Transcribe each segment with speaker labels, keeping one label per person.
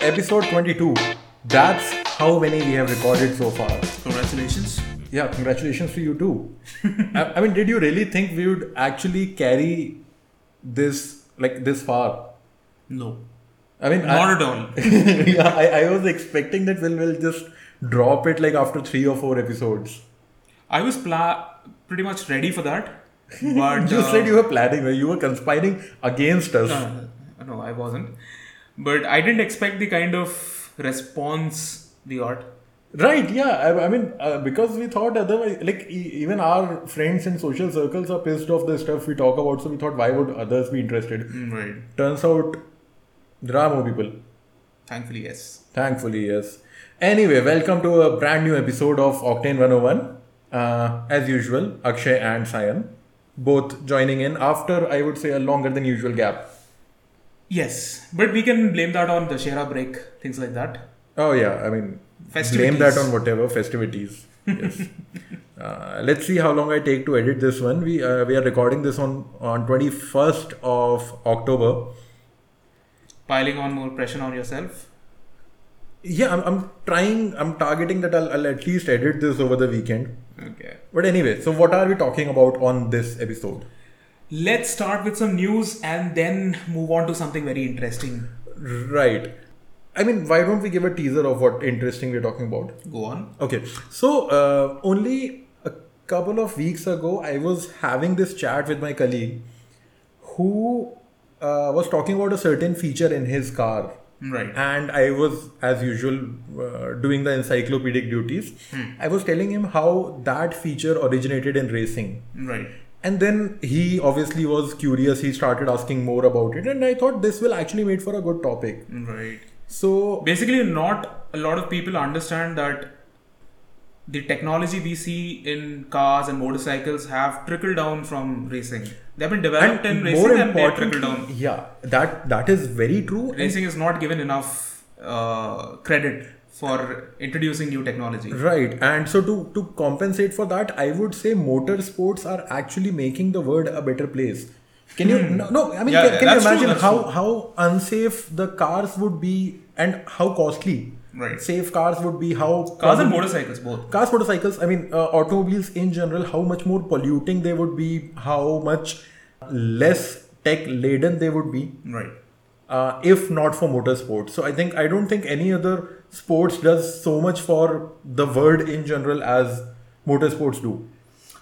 Speaker 1: episode 22. That's how many we have recorded so far.
Speaker 2: Congratulations.
Speaker 1: Yeah, congratulations to you too. I, I mean, did you really think we would actually carry this like this far?
Speaker 2: No.
Speaker 1: I mean, I-
Speaker 2: Not at all.
Speaker 1: yeah, I, I was expecting that we'll, we'll just drop it like after three or four episodes.
Speaker 2: I was pla- pretty much ready for that. But
Speaker 1: You
Speaker 2: uh,
Speaker 1: said you were planning, you were conspiring against us.
Speaker 2: uh, no, I wasn't. But I didn't expect the kind of response we got.
Speaker 1: Right, yeah. I, I mean, uh, because we thought otherwise, like, e- even our friends in social circles are pissed off the stuff we talk about, so we thought, why would others be interested?
Speaker 2: Right.
Speaker 1: Turns out, there are more people.
Speaker 2: Thankfully, yes.
Speaker 1: Thankfully, yes. Anyway, welcome to a brand new episode of Octane 101. Uh, as usual, Akshay and Sayan both joining in after, I would say, a longer than usual gap.
Speaker 2: Yes. But we can blame that on the Shera break, things like that.
Speaker 1: Oh yeah, I mean, blame
Speaker 2: Festivities.
Speaker 1: that on whatever festivities. Yes. uh, let's see how long I take to edit this one. We uh, we are recording this on on twenty first of October.
Speaker 2: Piling on more pressure on yourself.
Speaker 1: Yeah, I'm, I'm trying. I'm targeting that I'll, I'll at least edit this over the weekend.
Speaker 2: Okay.
Speaker 1: But anyway, so what are we talking about on this episode?
Speaker 2: Let's start with some news and then move on to something very interesting.
Speaker 1: Right. I mean, why don't we give a teaser of what interesting we're talking about?
Speaker 2: Go on.
Speaker 1: Okay, so uh, only a couple of weeks ago, I was having this chat with my colleague who uh, was talking about a certain feature in his car.
Speaker 2: Right.
Speaker 1: And I was, as usual, uh, doing the encyclopedic duties. I was telling him how that feature originated in racing.
Speaker 2: Right.
Speaker 1: And then he obviously was curious. He started asking more about it. And I thought this will actually make for a good topic.
Speaker 2: Right.
Speaker 1: So,
Speaker 2: basically not a lot of people understand that the technology we see in cars and motorcycles have trickled down from racing. They've been developed in racing and they trickled down.
Speaker 1: yeah, that that is very true. And
Speaker 2: Racing is not given enough uh, credit for introducing new technology.
Speaker 1: Right, and so to to compensate for that, I would say motorsports are actually making the world a better place. Can you no, no I mean
Speaker 2: Hmm. Yeah,
Speaker 1: can,
Speaker 2: yeah,
Speaker 1: can you
Speaker 2: that's true,
Speaker 1: imagine
Speaker 2: that's
Speaker 1: how
Speaker 2: true.
Speaker 1: how unsafe the cars would be and how costly
Speaker 2: Right.
Speaker 1: safe cars would be how
Speaker 2: Cars and motorcycles both.
Speaker 1: cars motorcycles I mean uh, automobiles in general how much more polluting they would be how much less tech laden they would be
Speaker 2: Right.
Speaker 1: uh, if not for motorsports. So I think I don't think any other sports does so much for the world in general as motorsports do.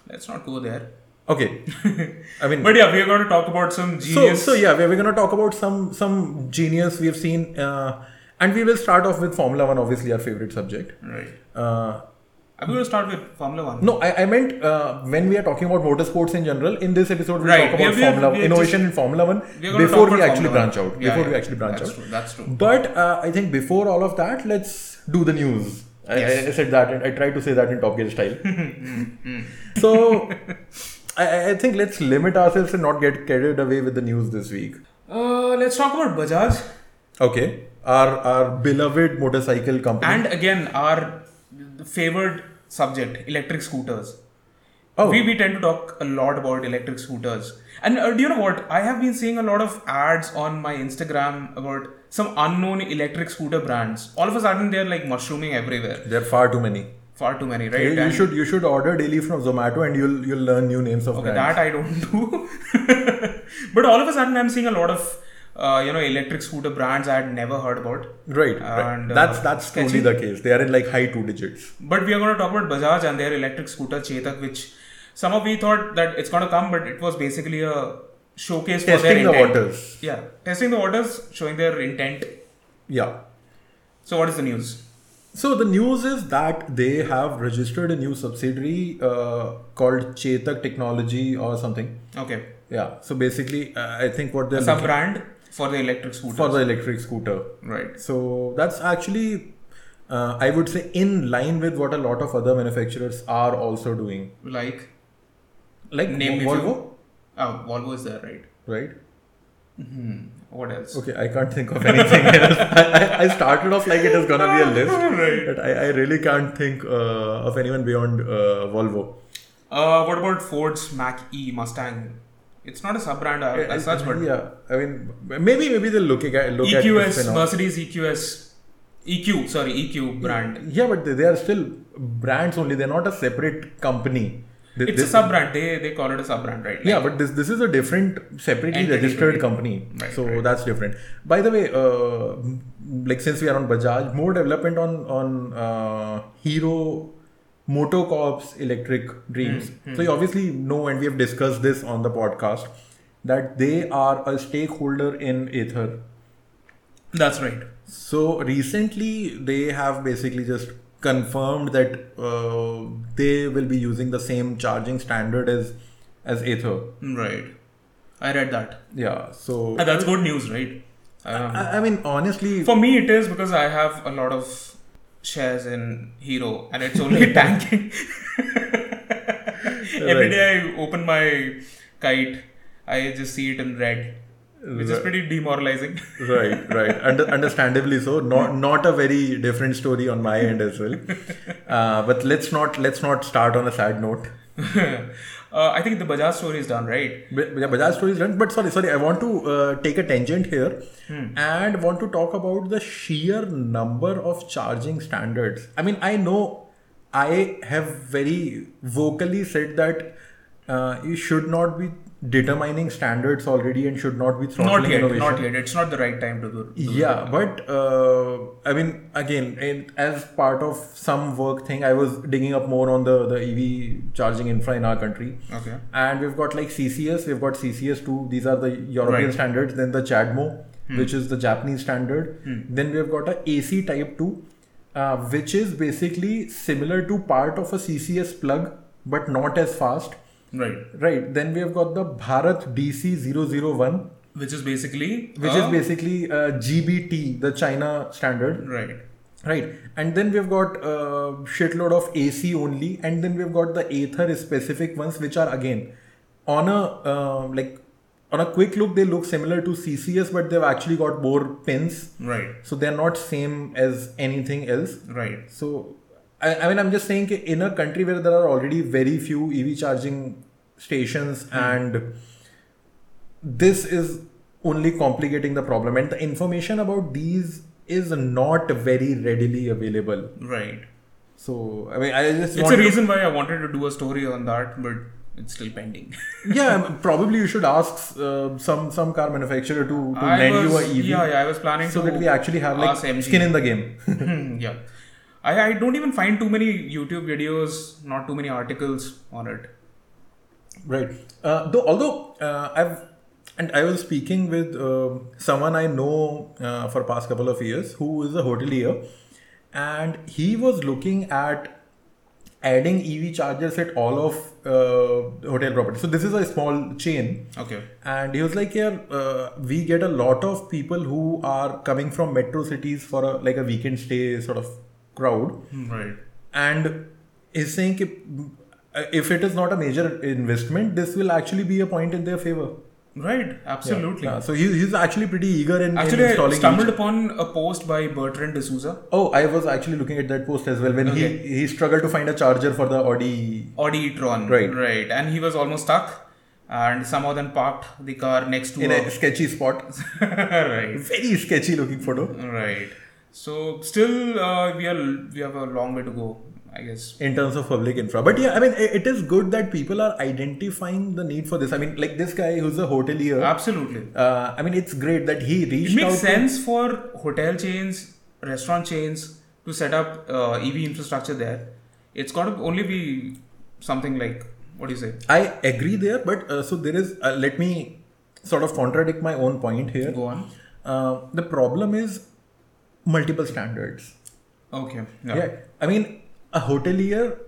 Speaker 2: Let's not go there.
Speaker 1: Okay, I mean,
Speaker 2: But yeah, we are going to talk about some
Speaker 1: so
Speaker 2: genius.
Speaker 1: so yeah, we're, we're gonna talk about some some genius we have seen, uh, and we will start off with Formula One, obviously our favorite subject.
Speaker 2: Right.
Speaker 1: Uh,
Speaker 2: I'm going to start with Formula One.
Speaker 1: no, I, I meant uh, when we are talking about motorsports in general. In this episode, we'll
Speaker 2: Right,
Speaker 1: talk
Speaker 2: we are-
Speaker 1: about
Speaker 2: we are-
Speaker 1: Formula
Speaker 2: we are
Speaker 1: innovation in Formula One
Speaker 2: We are gonna
Speaker 1: before
Speaker 2: talk
Speaker 1: we
Speaker 2: about
Speaker 1: actually
Speaker 2: Formula One.
Speaker 1: branch out.
Speaker 2: Yeah,
Speaker 1: before we
Speaker 2: yeah,
Speaker 1: actually branch
Speaker 2: that's
Speaker 1: out.
Speaker 2: True, that's true.
Speaker 1: But uh, I think before all of that, let's do the news. I, I- I said that, and I tried to say that in Top Gear style. so I- I, I think let's limit ourselves and not get carried away with the news this week.
Speaker 2: Uh, let's talk about Bajaj.
Speaker 1: Okay, our our beloved motorcycle company.
Speaker 2: And again, our favored subject, electric scooters.
Speaker 1: Oh.
Speaker 2: We, we tend to talk a lot about electric scooters. And uh, do you know what? I have been seeing a lot of ads on my Instagram about some unknown electric scooter brands. All of a sudden, they're like mushrooming everywhere.
Speaker 1: there are far too many.
Speaker 2: Far too many, right?
Speaker 1: You, you
Speaker 2: And-
Speaker 1: should you should order daily from Zomato, and you'll you'll learn new names of
Speaker 2: Okay,
Speaker 1: brands.
Speaker 2: that I don't do. but all of a sudden, I'm seeing a lot of uh, you know electric scooter brands I had never heard about.
Speaker 1: Right, right.
Speaker 2: And, uh,
Speaker 1: that's that's truly
Speaker 2: sketchy.
Speaker 1: the case. They are in like high two digits.
Speaker 2: But we are going to talk about Bajaj and their electric scooter Chetak, which some of we thought that it's going to come, but it was basically a showcase for their
Speaker 1: Testing the
Speaker 2: intent.
Speaker 1: waters.
Speaker 2: Yeah, testing the waters, showing their intent.
Speaker 1: Yeah.
Speaker 2: So what is the news?
Speaker 1: So the news is that they have registered a new subsidiary uh, called Chetak Technology or something.
Speaker 2: Okay,
Speaker 1: Yeah. So basically, uh, I think what they're
Speaker 2: sub
Speaker 1: looking
Speaker 2: brand for the electric scooter.
Speaker 1: for the electric scooter.
Speaker 2: right.
Speaker 1: So that's actually, uh, I would say, in line with what a lot of other manufacturers are also doing,
Speaker 2: Like
Speaker 1: like
Speaker 2: name
Speaker 1: Volvo,
Speaker 2: if you- Oh, Volvo is there, right?
Speaker 1: right?
Speaker 2: What else?
Speaker 1: Okay, I can't think of anything else. I, I, I started off like it is gonna be a list, but I, I really can't think uh, of anyone beyond uh, Volvo.
Speaker 2: Uh, what about Ford's Mac E Mustang? It's not a sub brand as such, but
Speaker 1: yeah, I mean, maybe maybe they'll look at look at this
Speaker 2: EQS
Speaker 1: phenom-
Speaker 2: Mercedes E EQS. EQ, E sorry, EQ brand.
Speaker 1: Yeah, but they, they are still brands only. They're not a separate company. They-
Speaker 2: It's
Speaker 1: they-
Speaker 2: a sub brand. They they call it a sub brand, right? Like,
Speaker 1: yeah, but this this is a different, separately
Speaker 2: Entity,
Speaker 1: registered
Speaker 2: right.
Speaker 1: company.
Speaker 2: Right,
Speaker 1: so
Speaker 2: right.
Speaker 1: that's different. By the way, uh, m- like since we are on Bajaj, more development on on uh, Hero Motocorp's electric dreams.
Speaker 2: Hmm,
Speaker 1: So you obviously know, and we have discussed this on the podcast, that they are a stakeholder in Aether.
Speaker 2: that's right.
Speaker 1: So recently, they have basically just confirmed that uh, they will be using the same charging standard as as Aether.
Speaker 2: Right. I read that.
Speaker 1: Yeah. So
Speaker 2: And that's good news, right? Um,
Speaker 1: I, I mean, honestly,
Speaker 2: for me, it is because I have a lot of shares in Hero, and it's only tanking. Every
Speaker 1: Right.
Speaker 2: day I open my kite, I just see it in red, which is pretty demoralizing.
Speaker 1: right, right. Under, understandably so. Not not a very different story on my end as well. Uh, but let's not let's not start on a sad note.
Speaker 2: uh, I think the Bajaj story is done, right?
Speaker 1: But- yeah, Bajaj story is done. But sorry, sorry. I want to uh, take a tangent here and want to talk about the sheer number of charging standards. I mean, I know I have very vocally said that uh, you should not be determining standards already and should not be throttling
Speaker 2: Not yet,
Speaker 1: innovation.
Speaker 2: not yet. It's not the right time to do. do
Speaker 1: yeah but uh, i mean again in, as part of some work thing i was digging up more on the, the ev charging infra in our country
Speaker 2: it. Okay.
Speaker 1: and we've got like ccs we've got ccs2 these are the european
Speaker 2: Right. Hmm.
Speaker 1: standards then the chadmo which is the japanese standard then we've got a ac type 2 uh, which is basically similar to part of a ccs plug but not as fast
Speaker 2: Right.
Speaker 1: right then we've got the bharat dc001
Speaker 2: Which is basically.
Speaker 1: which
Speaker 2: uh,
Speaker 1: is basically uh, GBT, the China standard,
Speaker 2: Right.
Speaker 1: right? And then we've got uh, shitload of AC only, and then we've got the Aether specific ones, which are again on a uh, like on a quick look they look similar to CCS, but they've actually got more pins,
Speaker 2: Right.
Speaker 1: so they're not same as anything else.
Speaker 2: Right.
Speaker 1: So I, I mean, I'm just saying कि in a country where there are already very few EV charging stations
Speaker 2: Hmm.
Speaker 1: and this is only complicating the problem and the information about these is not very readily available.
Speaker 2: Right.
Speaker 1: So I mean, I just
Speaker 2: It's a
Speaker 1: wanted to-
Speaker 2: reason why I wanted to do a story on that, but it's still pending.
Speaker 1: yeah, um, probably you should ask uh, some some car manufacturer to, to
Speaker 2: I
Speaker 1: lend you a
Speaker 2: was,
Speaker 1: EV
Speaker 2: Yeah, yeah, I was planning
Speaker 1: so
Speaker 2: to
Speaker 1: that we actually have like
Speaker 2: ask MG.
Speaker 1: skin in the game.
Speaker 2: yeah. I, I don't even find too many YouTube videos, not too many articles on it.
Speaker 1: Right. Uh, though, although uh, I've and I was speaking with uh, someone I know uh, for past couple of years who is a hotelier, and he was looking at adding EV chargers at all of uh, hotel properties. So this is a small chain,
Speaker 2: Okay.
Speaker 1: and he was like, "Yeah, uh, we get a lot of people who are coming from metro cities for a like a weekend stay sort of crowd."
Speaker 2: Right.
Speaker 1: and is saying कि- if it is not a major investment, this will actually be a point in their favor.
Speaker 2: Right. Absolutely.
Speaker 1: Yeah, so he, he's actually pretty eager in, in
Speaker 2: Actually, I
Speaker 1: installing.
Speaker 2: stumbled
Speaker 1: each-
Speaker 2: upon a post by Bertrand D'Souza,
Speaker 1: Oh, I was actually looking at that post as well when
Speaker 2: Okay.
Speaker 1: he he struggled to find a charger for the Audi.
Speaker 2: Audi e-tron.
Speaker 1: Right.
Speaker 2: Right. And he was almost stuck, and somehow then parked the car next to
Speaker 1: In a
Speaker 2: a
Speaker 1: sketchy spot,
Speaker 2: right.
Speaker 1: very sketchy looking photo.
Speaker 2: Right. So still, uh, we are we have a long way to go, I guess.
Speaker 1: in terms of public infra. But yeah, I mean, it it is good that people are identifying the need for this. I mean, like this guy who's a hotelier.
Speaker 2: Absolutely.
Speaker 1: Uh, I mean, it's great that he reached
Speaker 2: Ah. It makes
Speaker 1: out.
Speaker 2: sense for hotel chains, restaurant chains to set up uh, EV infrastructure there. It's got to only be something like what do you say?
Speaker 1: I agree there, but uh, so there is. Uh, let me sort of contradict my own point here.
Speaker 2: Go on.
Speaker 1: Uh, the problem is multiple standards.
Speaker 2: Okay.
Speaker 1: Yeah. I mean, a hotelier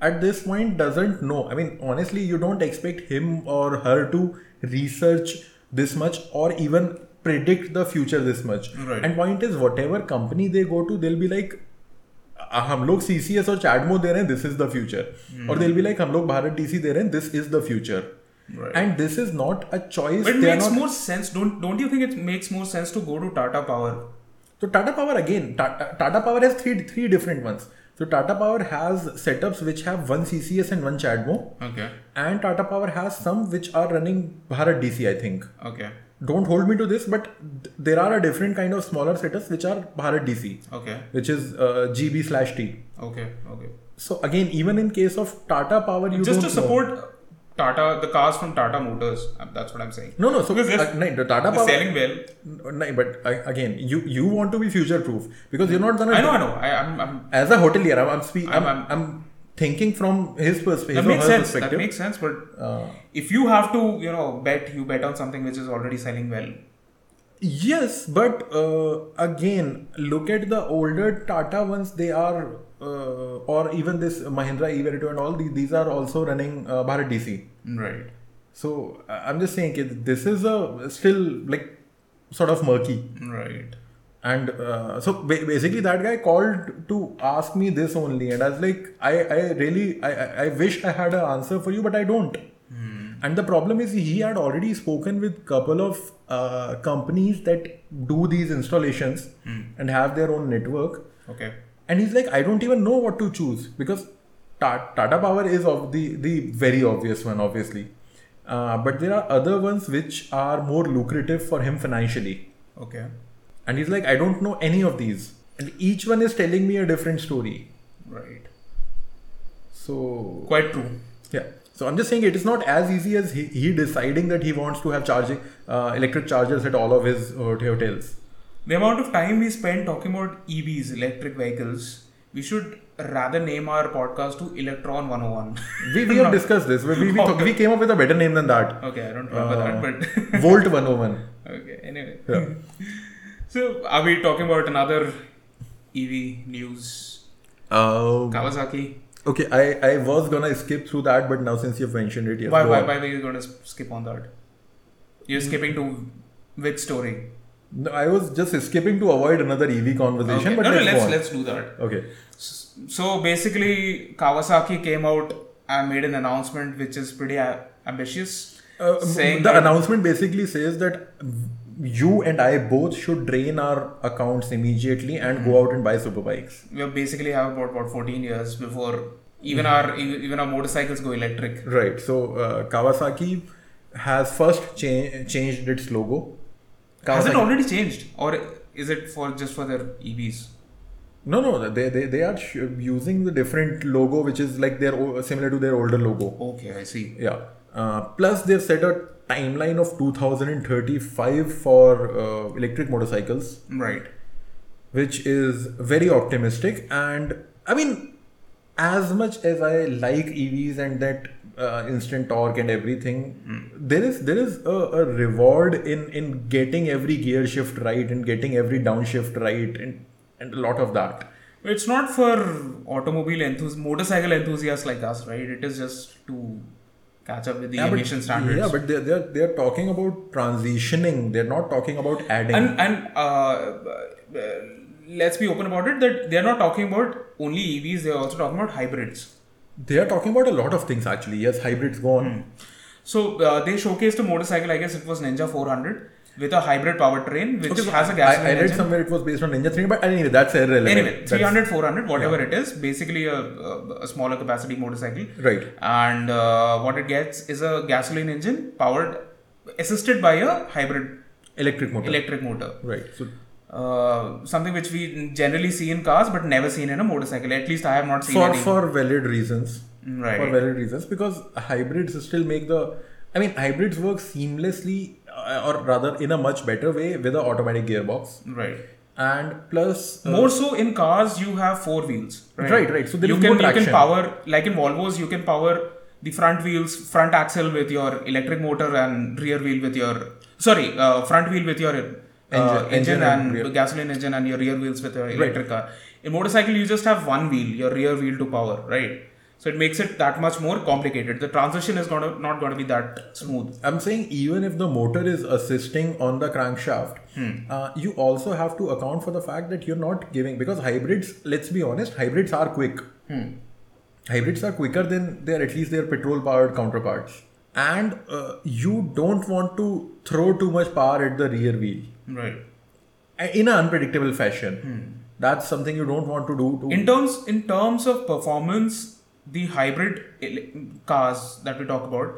Speaker 1: at this point doesn't know. I mean, honestly, you don't expect him or her to research this much or even predict the future this much.
Speaker 2: Right.
Speaker 1: And point is, whatever company they go to, they'll be like. "Ah, हम लोग सी C S और चैडमो दे रहे हैं this is the
Speaker 2: Hmm.
Speaker 1: Future और दिल be like हम लोग भारत डीसी दे रहे हैं this is the future
Speaker 2: Right.
Speaker 1: And this is not a choice
Speaker 2: But it makes more sense. Don't don't you think it makes more sense to go to Tata Power?
Speaker 1: So Tata Power again, Tata, Tata Power has three three different ones. So Tata Power has setups which have one CCS and one Chadmo,
Speaker 2: Okay.
Speaker 1: and Tata Power has some which are running Bharat DC, I think.
Speaker 2: Okay.
Speaker 1: don't hold me to this, but th- there are a different kind of smaller setups which are Bharat DC,
Speaker 2: Okay.
Speaker 1: which is uh, GB slash T.
Speaker 2: Okay. Okay.
Speaker 1: So again, even in case of Tata Power, you
Speaker 2: Just
Speaker 1: don't
Speaker 2: to support Tata, the cars from Tata Motors. uh, That's what I'm saying.
Speaker 1: Know. No, no. So
Speaker 2: Because
Speaker 1: uh,
Speaker 2: if
Speaker 1: no, the Tata
Speaker 2: They're
Speaker 1: Power.
Speaker 2: selling well.
Speaker 1: No, but uh, again, you you want to be future proof because you're not gonna.
Speaker 2: I know. I know. I, I'm. I'm
Speaker 1: As a hotelier, I'm I'm, spe- I'm,
Speaker 2: I'm-
Speaker 1: I'm, thinking from his perspective.
Speaker 2: that makes
Speaker 1: or her
Speaker 2: sense. That
Speaker 1: perspective.
Speaker 2: makes sense. But
Speaker 1: Uh,
Speaker 2: if you have to, you know, bet, you bet on something which is already selling well.
Speaker 1: Yes, but uh, again, look at the older Tata ones. They are, uh, or even this Mahindra E-Verito and all these. These are also running uh, Bharat DC.
Speaker 2: Right.
Speaker 1: So I- I'm just saying, kid, this is a still like sort of murky.
Speaker 2: Right.
Speaker 1: And uh, so ba- basically, that guy called to ask me this only, and I was like, I, I really, I, I- I wish I had an answer for you, but I don't. And the problem is, he had already spoken with couple of uh, companies that do these installations and have their own network,
Speaker 2: Okay.
Speaker 1: and he's like, I don't even know what to choose because Ta- Tata Power is of the the very obvious one, obviously, uh, but there are other ones which are more lucrative for him financially.
Speaker 2: Okay.
Speaker 1: And he's like, I don't know any of these. And each one is telling me a different story.
Speaker 2: Right.
Speaker 1: So,
Speaker 2: Quite true.
Speaker 1: yeah. So I'm just saying it is not as easy as he, he deciding that he wants to have charging uh, electric chargers at all of his uh, hotels.
Speaker 2: The amount of time we spend talking about EVs, electric vehicles, we should rather name our podcast to Electron 101.
Speaker 1: We, we have discussed this. We, we, we, thought- we came up with a better name than that.
Speaker 2: okay, I don't remember that, but
Speaker 1: Volt 101.
Speaker 2: okay, anyway.
Speaker 1: Uh, Yeah.
Speaker 2: So, are we talking about another EV news?
Speaker 1: Um,
Speaker 2: Kawasaki?
Speaker 1: okay, I, I was gonna skip through that, but now since you've mentioned it, yes.
Speaker 2: why,
Speaker 1: go
Speaker 2: why,
Speaker 1: on.
Speaker 2: why were you going to skip on that? You're skipping to which story?
Speaker 1: No, I was just skipping to avoid another EV conversation,
Speaker 2: Okay.
Speaker 1: but
Speaker 2: no, no,
Speaker 1: let's,
Speaker 2: let's,
Speaker 1: go on.
Speaker 2: let's do that.
Speaker 1: Okay.
Speaker 2: S- So basically, Kawasaki came out and made an announcement which is pretty a- ambitious.
Speaker 1: Uh,
Speaker 2: saying
Speaker 1: the
Speaker 2: that-
Speaker 1: announcement basically says that you and I both should drain our accounts immediately and
Speaker 2: Hmm.
Speaker 1: go out and buy super bikes.
Speaker 2: we basically have about what 14 years before even our e-, even our motorcycles go electric
Speaker 1: Right. So uh, Kawasaki has first cha- changed its logo.
Speaker 2: has it
Speaker 1: Kawasaki-
Speaker 2: already changed or is it for just for their E evs
Speaker 1: No, no. They they, they are sh- using the different logo, which is like their o- similar to their older logo.
Speaker 2: okay i see
Speaker 1: Yeah. Uh, plus, they've set a timeline of 2035 for uh, electric motorcycles.
Speaker 2: right
Speaker 1: which is very optimistic. And I mean, as much as I like EVs and that uh, instant torque and everything,
Speaker 2: Hmm.
Speaker 1: there is there is a, a reward in in getting every gear shift right and getting every downshift right and and a lot of that.
Speaker 2: it's not for automobile enthusiasts motorcycle enthusiasts like us right it is just to catch up with the emission standards
Speaker 1: yeah, but they're, they're, they're talking about transitioning. They're not talking about adding.
Speaker 2: and and uh, uh, let's be open about it that they are not talking about only evs they are also talking about hybrids
Speaker 1: they are talking about a lot of things actually. Yes, hybrids go
Speaker 2: Hmm.
Speaker 1: on.
Speaker 2: So uh, they showcased a motorcycle. I guess it was Ninja 400 with a hybrid powertrain, which has a
Speaker 1: I,
Speaker 2: gasoline
Speaker 1: I read
Speaker 2: engine.
Speaker 1: somewhere it was based on Ninja 3, but anyway, that's irrelevant.
Speaker 2: Anyway,
Speaker 1: That's-
Speaker 2: 300, 400, whatever it is, basically a, a, a smaller capacity motorcycle.
Speaker 1: Right.
Speaker 2: And uh, what it gets is a gasoline engine powered, assisted by a hybrid
Speaker 1: electric motor
Speaker 2: electric motor.
Speaker 1: right so
Speaker 2: Uh, something which we generally see in cars, but never seen in a motorcycle. At least I have not seen
Speaker 1: for
Speaker 2: any.
Speaker 1: for valid reasons
Speaker 2: right.
Speaker 1: for valid reasons because hybrids still make the i mean hybrids work seamlessly uh, or rather in a much better way with an automatic gearbox
Speaker 2: right.
Speaker 1: and plus uh,
Speaker 2: More so in cars, you have four wheels. Right,
Speaker 1: Right, right. So there
Speaker 2: you
Speaker 1: is
Speaker 2: can
Speaker 1: more
Speaker 2: you
Speaker 1: traction.
Speaker 2: can power like in Volvo's, you can power the front wheels, front axle with your electric motor and rear wheel with your sorry, uh, front wheel with your engine,
Speaker 1: Engine-
Speaker 2: uh,
Speaker 1: engine
Speaker 2: engine and,
Speaker 1: and rear.
Speaker 2: gasoline engine, and your rear wheels with your electric car. In motorcycle, you just have one wheel, your rear wheel to power. Right. So it makes it that much more complicated. The transition is gonna not gonna be that smooth.
Speaker 1: i'm saying even if the motor is assisting on the crankshaft
Speaker 2: Hmm.
Speaker 1: uh, you also have to account for the fact that you're not giving because hybrids let's be honest hybrids are quick
Speaker 2: Hmm.
Speaker 1: hybrids are quicker than their at least their petrol powered counterparts and uh, you don't want to throw too much power at the rear wheel
Speaker 2: Right.
Speaker 1: uh, in an unpredictable fashion that's something you don't want to do to
Speaker 2: Hmm. In terms in terms of performance, the hybrid ele- cars that we talk about,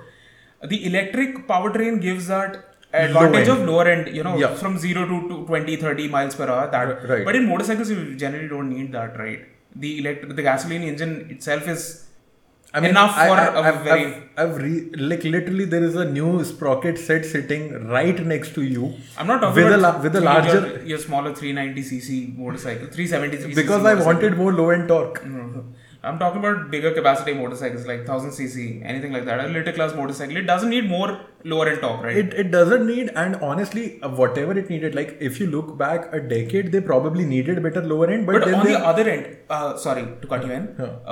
Speaker 2: the electric powertrain gives that advantage
Speaker 1: Low end.
Speaker 2: of lower end, you know,
Speaker 1: Yeah.
Speaker 2: from 0 to, to 20, 30 miles per hour. That,
Speaker 1: Right.
Speaker 2: But in motorcycles, you generally don't need that, right? The electric, the gasoline engine itself is enough for a
Speaker 1: I've,
Speaker 2: very.
Speaker 1: I've, I've re- like literally there is a new sprocket set sitting right next to you.
Speaker 2: I'm not talking
Speaker 1: with
Speaker 2: about
Speaker 1: a la- with a
Speaker 2: your-
Speaker 1: larger
Speaker 2: your, your smaller 390cc motorcycle, 373cc.
Speaker 1: because I
Speaker 2: motorcycle.
Speaker 1: wanted more low end torque.
Speaker 2: Mm. I'm talking about bigger capacity motorcycles like 1000cc, anything like that. A litter class motorcycle, it doesn't need more lower end top, right?
Speaker 1: It it doesn't need and honestly uh, whatever it needed like if you look back a decade they probably needed better lower end but,
Speaker 2: but
Speaker 1: then
Speaker 2: on
Speaker 1: they,
Speaker 2: the other end, uh, sorry to cut you in,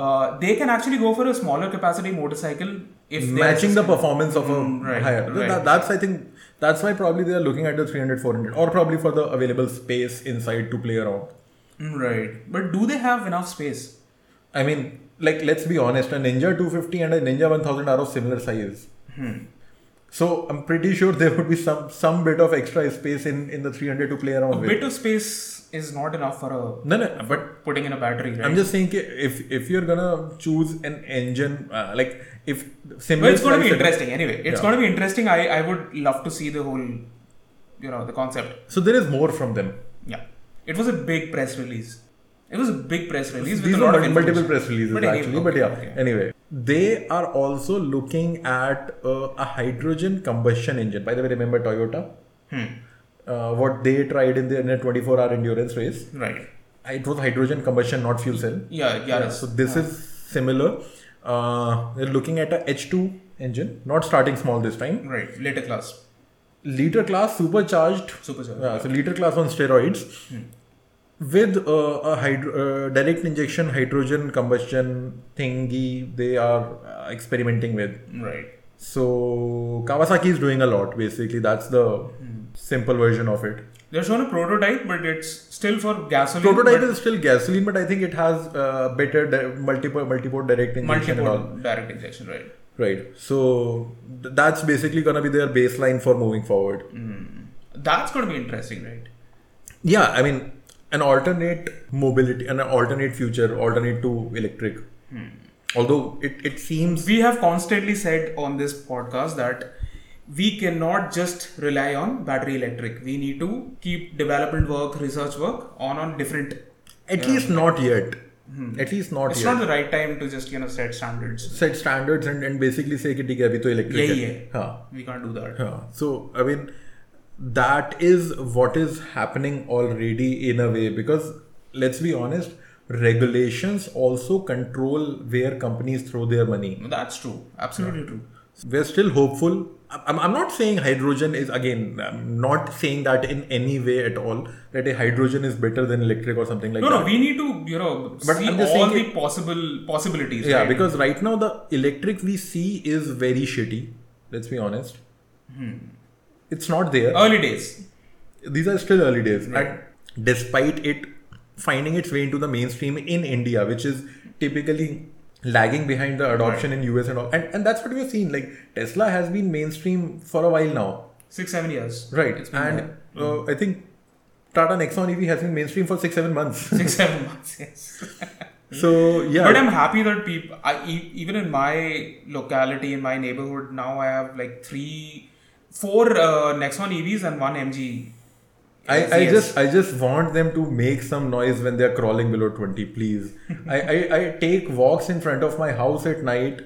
Speaker 2: uh, they can actually go for a smaller capacity motorcycle if
Speaker 1: Mm-hmm.
Speaker 2: they are
Speaker 1: matching the performance of a
Speaker 2: mm, right,
Speaker 1: higher.
Speaker 2: right.
Speaker 1: That, that's I think that's why probably they are looking at the 300 400 or probably for the available space inside to play around.
Speaker 2: Mm, Right. But do they have enough space?
Speaker 1: I mean, like let's be honest, a Ninja 250 and a Ninja 1000 are of similar size.
Speaker 2: Hmm.
Speaker 1: So I'm pretty sure there would be some some bit of extra space in in the 300 to play around
Speaker 2: A
Speaker 1: with.
Speaker 2: bit of space is not enough for a
Speaker 1: No, no, but
Speaker 2: putting in a battery, right?
Speaker 1: I'm just saying कि if if you're gonna choose an engine uh, like if similar.
Speaker 2: But it's going to be
Speaker 1: size-
Speaker 2: interesting anyway. It's going to be interesting. I, I would love to see the whole, you know, the concept.
Speaker 1: So there is more from them.
Speaker 2: Yeah. It was a big press release. It was a big press release with
Speaker 1: These
Speaker 2: a
Speaker 1: were
Speaker 2: lot of
Speaker 1: mul- multiple
Speaker 2: information.
Speaker 1: press releases
Speaker 2: But anyway,
Speaker 1: actually,
Speaker 2: okay,
Speaker 1: but yeah.
Speaker 2: okay.
Speaker 1: Anyway, they are also looking at uh, a hydrogen combustion engine. By the way, remember Toyota?
Speaker 2: Hmm.
Speaker 1: Uh, what they tried in their in a 24-hour endurance race? Uh,
Speaker 2: Right.
Speaker 1: It was hydrogen combustion, not fuel cell.
Speaker 2: Yeah, Yaris.
Speaker 1: So this is similar. Uh, they're looking at a H2 engine, not starting small this time.
Speaker 2: Right. Later class.
Speaker 1: Liter class supercharged
Speaker 2: Supercharged. Hmm.
Speaker 1: yeah, so liter class on steroids with uh, a hydro- uh, direct injection hydrogen combustion thingy they are uh, experimenting with.
Speaker 2: Right.
Speaker 1: So Kawasaki is doing a lot basically. That's the
Speaker 2: Hmm.
Speaker 1: simple version of it.
Speaker 2: They're shown a prototype, but it's still for gasoline.
Speaker 1: Prototype
Speaker 2: but
Speaker 1: is still gasoline, but I think it has uh, better di- multiple multiple direct injection and all.
Speaker 2: multiple direct injection, right?
Speaker 1: Right. So th- that's basically gonna be their baseline for moving forward.
Speaker 2: That's going to be interesting, right?
Speaker 1: Yeah, I mean, an alternate mobility, an alternate future, alternate to electric.
Speaker 2: Hmm.
Speaker 1: Although it, it seems
Speaker 2: We have constantly said on this podcast that we cannot just rely on battery electric. We need to keep development work, research work on on different.
Speaker 1: at least not yet. At least not
Speaker 2: Hmm. It's
Speaker 1: yet.
Speaker 2: not the right time to just you know set standards.
Speaker 1: Set standards and, and basically say कि ठीक है अभी तो electric
Speaker 2: Yeah,
Speaker 1: है.
Speaker 2: yeah.
Speaker 1: हाँ,
Speaker 2: We can't do that.
Speaker 1: हाँ. So I mean, that is what is happening already in a way because let's be honest, regulations also control where companies throw their money.
Speaker 2: That's true. Absolutely true.
Speaker 1: We're still hopeful. I'm, I'm not saying hydrogen is, again, I'm not saying that in any way at all, that a hydrogen is better than electric or something like
Speaker 2: No,
Speaker 1: that.
Speaker 2: no, we need to, you know,
Speaker 1: But
Speaker 2: see
Speaker 1: I'm just
Speaker 2: all the
Speaker 1: saying
Speaker 2: possible possibilities.
Speaker 1: yeah,
Speaker 2: right?
Speaker 1: because right now the electric we see is very shitty. Let's be honest.
Speaker 2: Hmm.
Speaker 1: It's not there.
Speaker 2: early days.
Speaker 1: These are still early days. And despite it finding its way into the mainstream in India, which is typically lagging behind the adoption in US and all. And, and that's what we've seen. Like Tesla has been mainstream for a while now.
Speaker 2: Six, seven years.
Speaker 1: Right.
Speaker 2: It's been
Speaker 1: And uh, I think Tata Nexon EV has been mainstream for six, seven months.
Speaker 2: six, seven months, yes.
Speaker 1: so, yeah.
Speaker 2: But I'm happy that people, I, e- even in my locality, in my neighborhood, now I have like three, four uh, Nexon EVs and one MG.
Speaker 1: I, I
Speaker 2: Yes.
Speaker 1: just I just want them to make some noise when they're crawling below 20, please. I, I, I take walks in front of my house at night,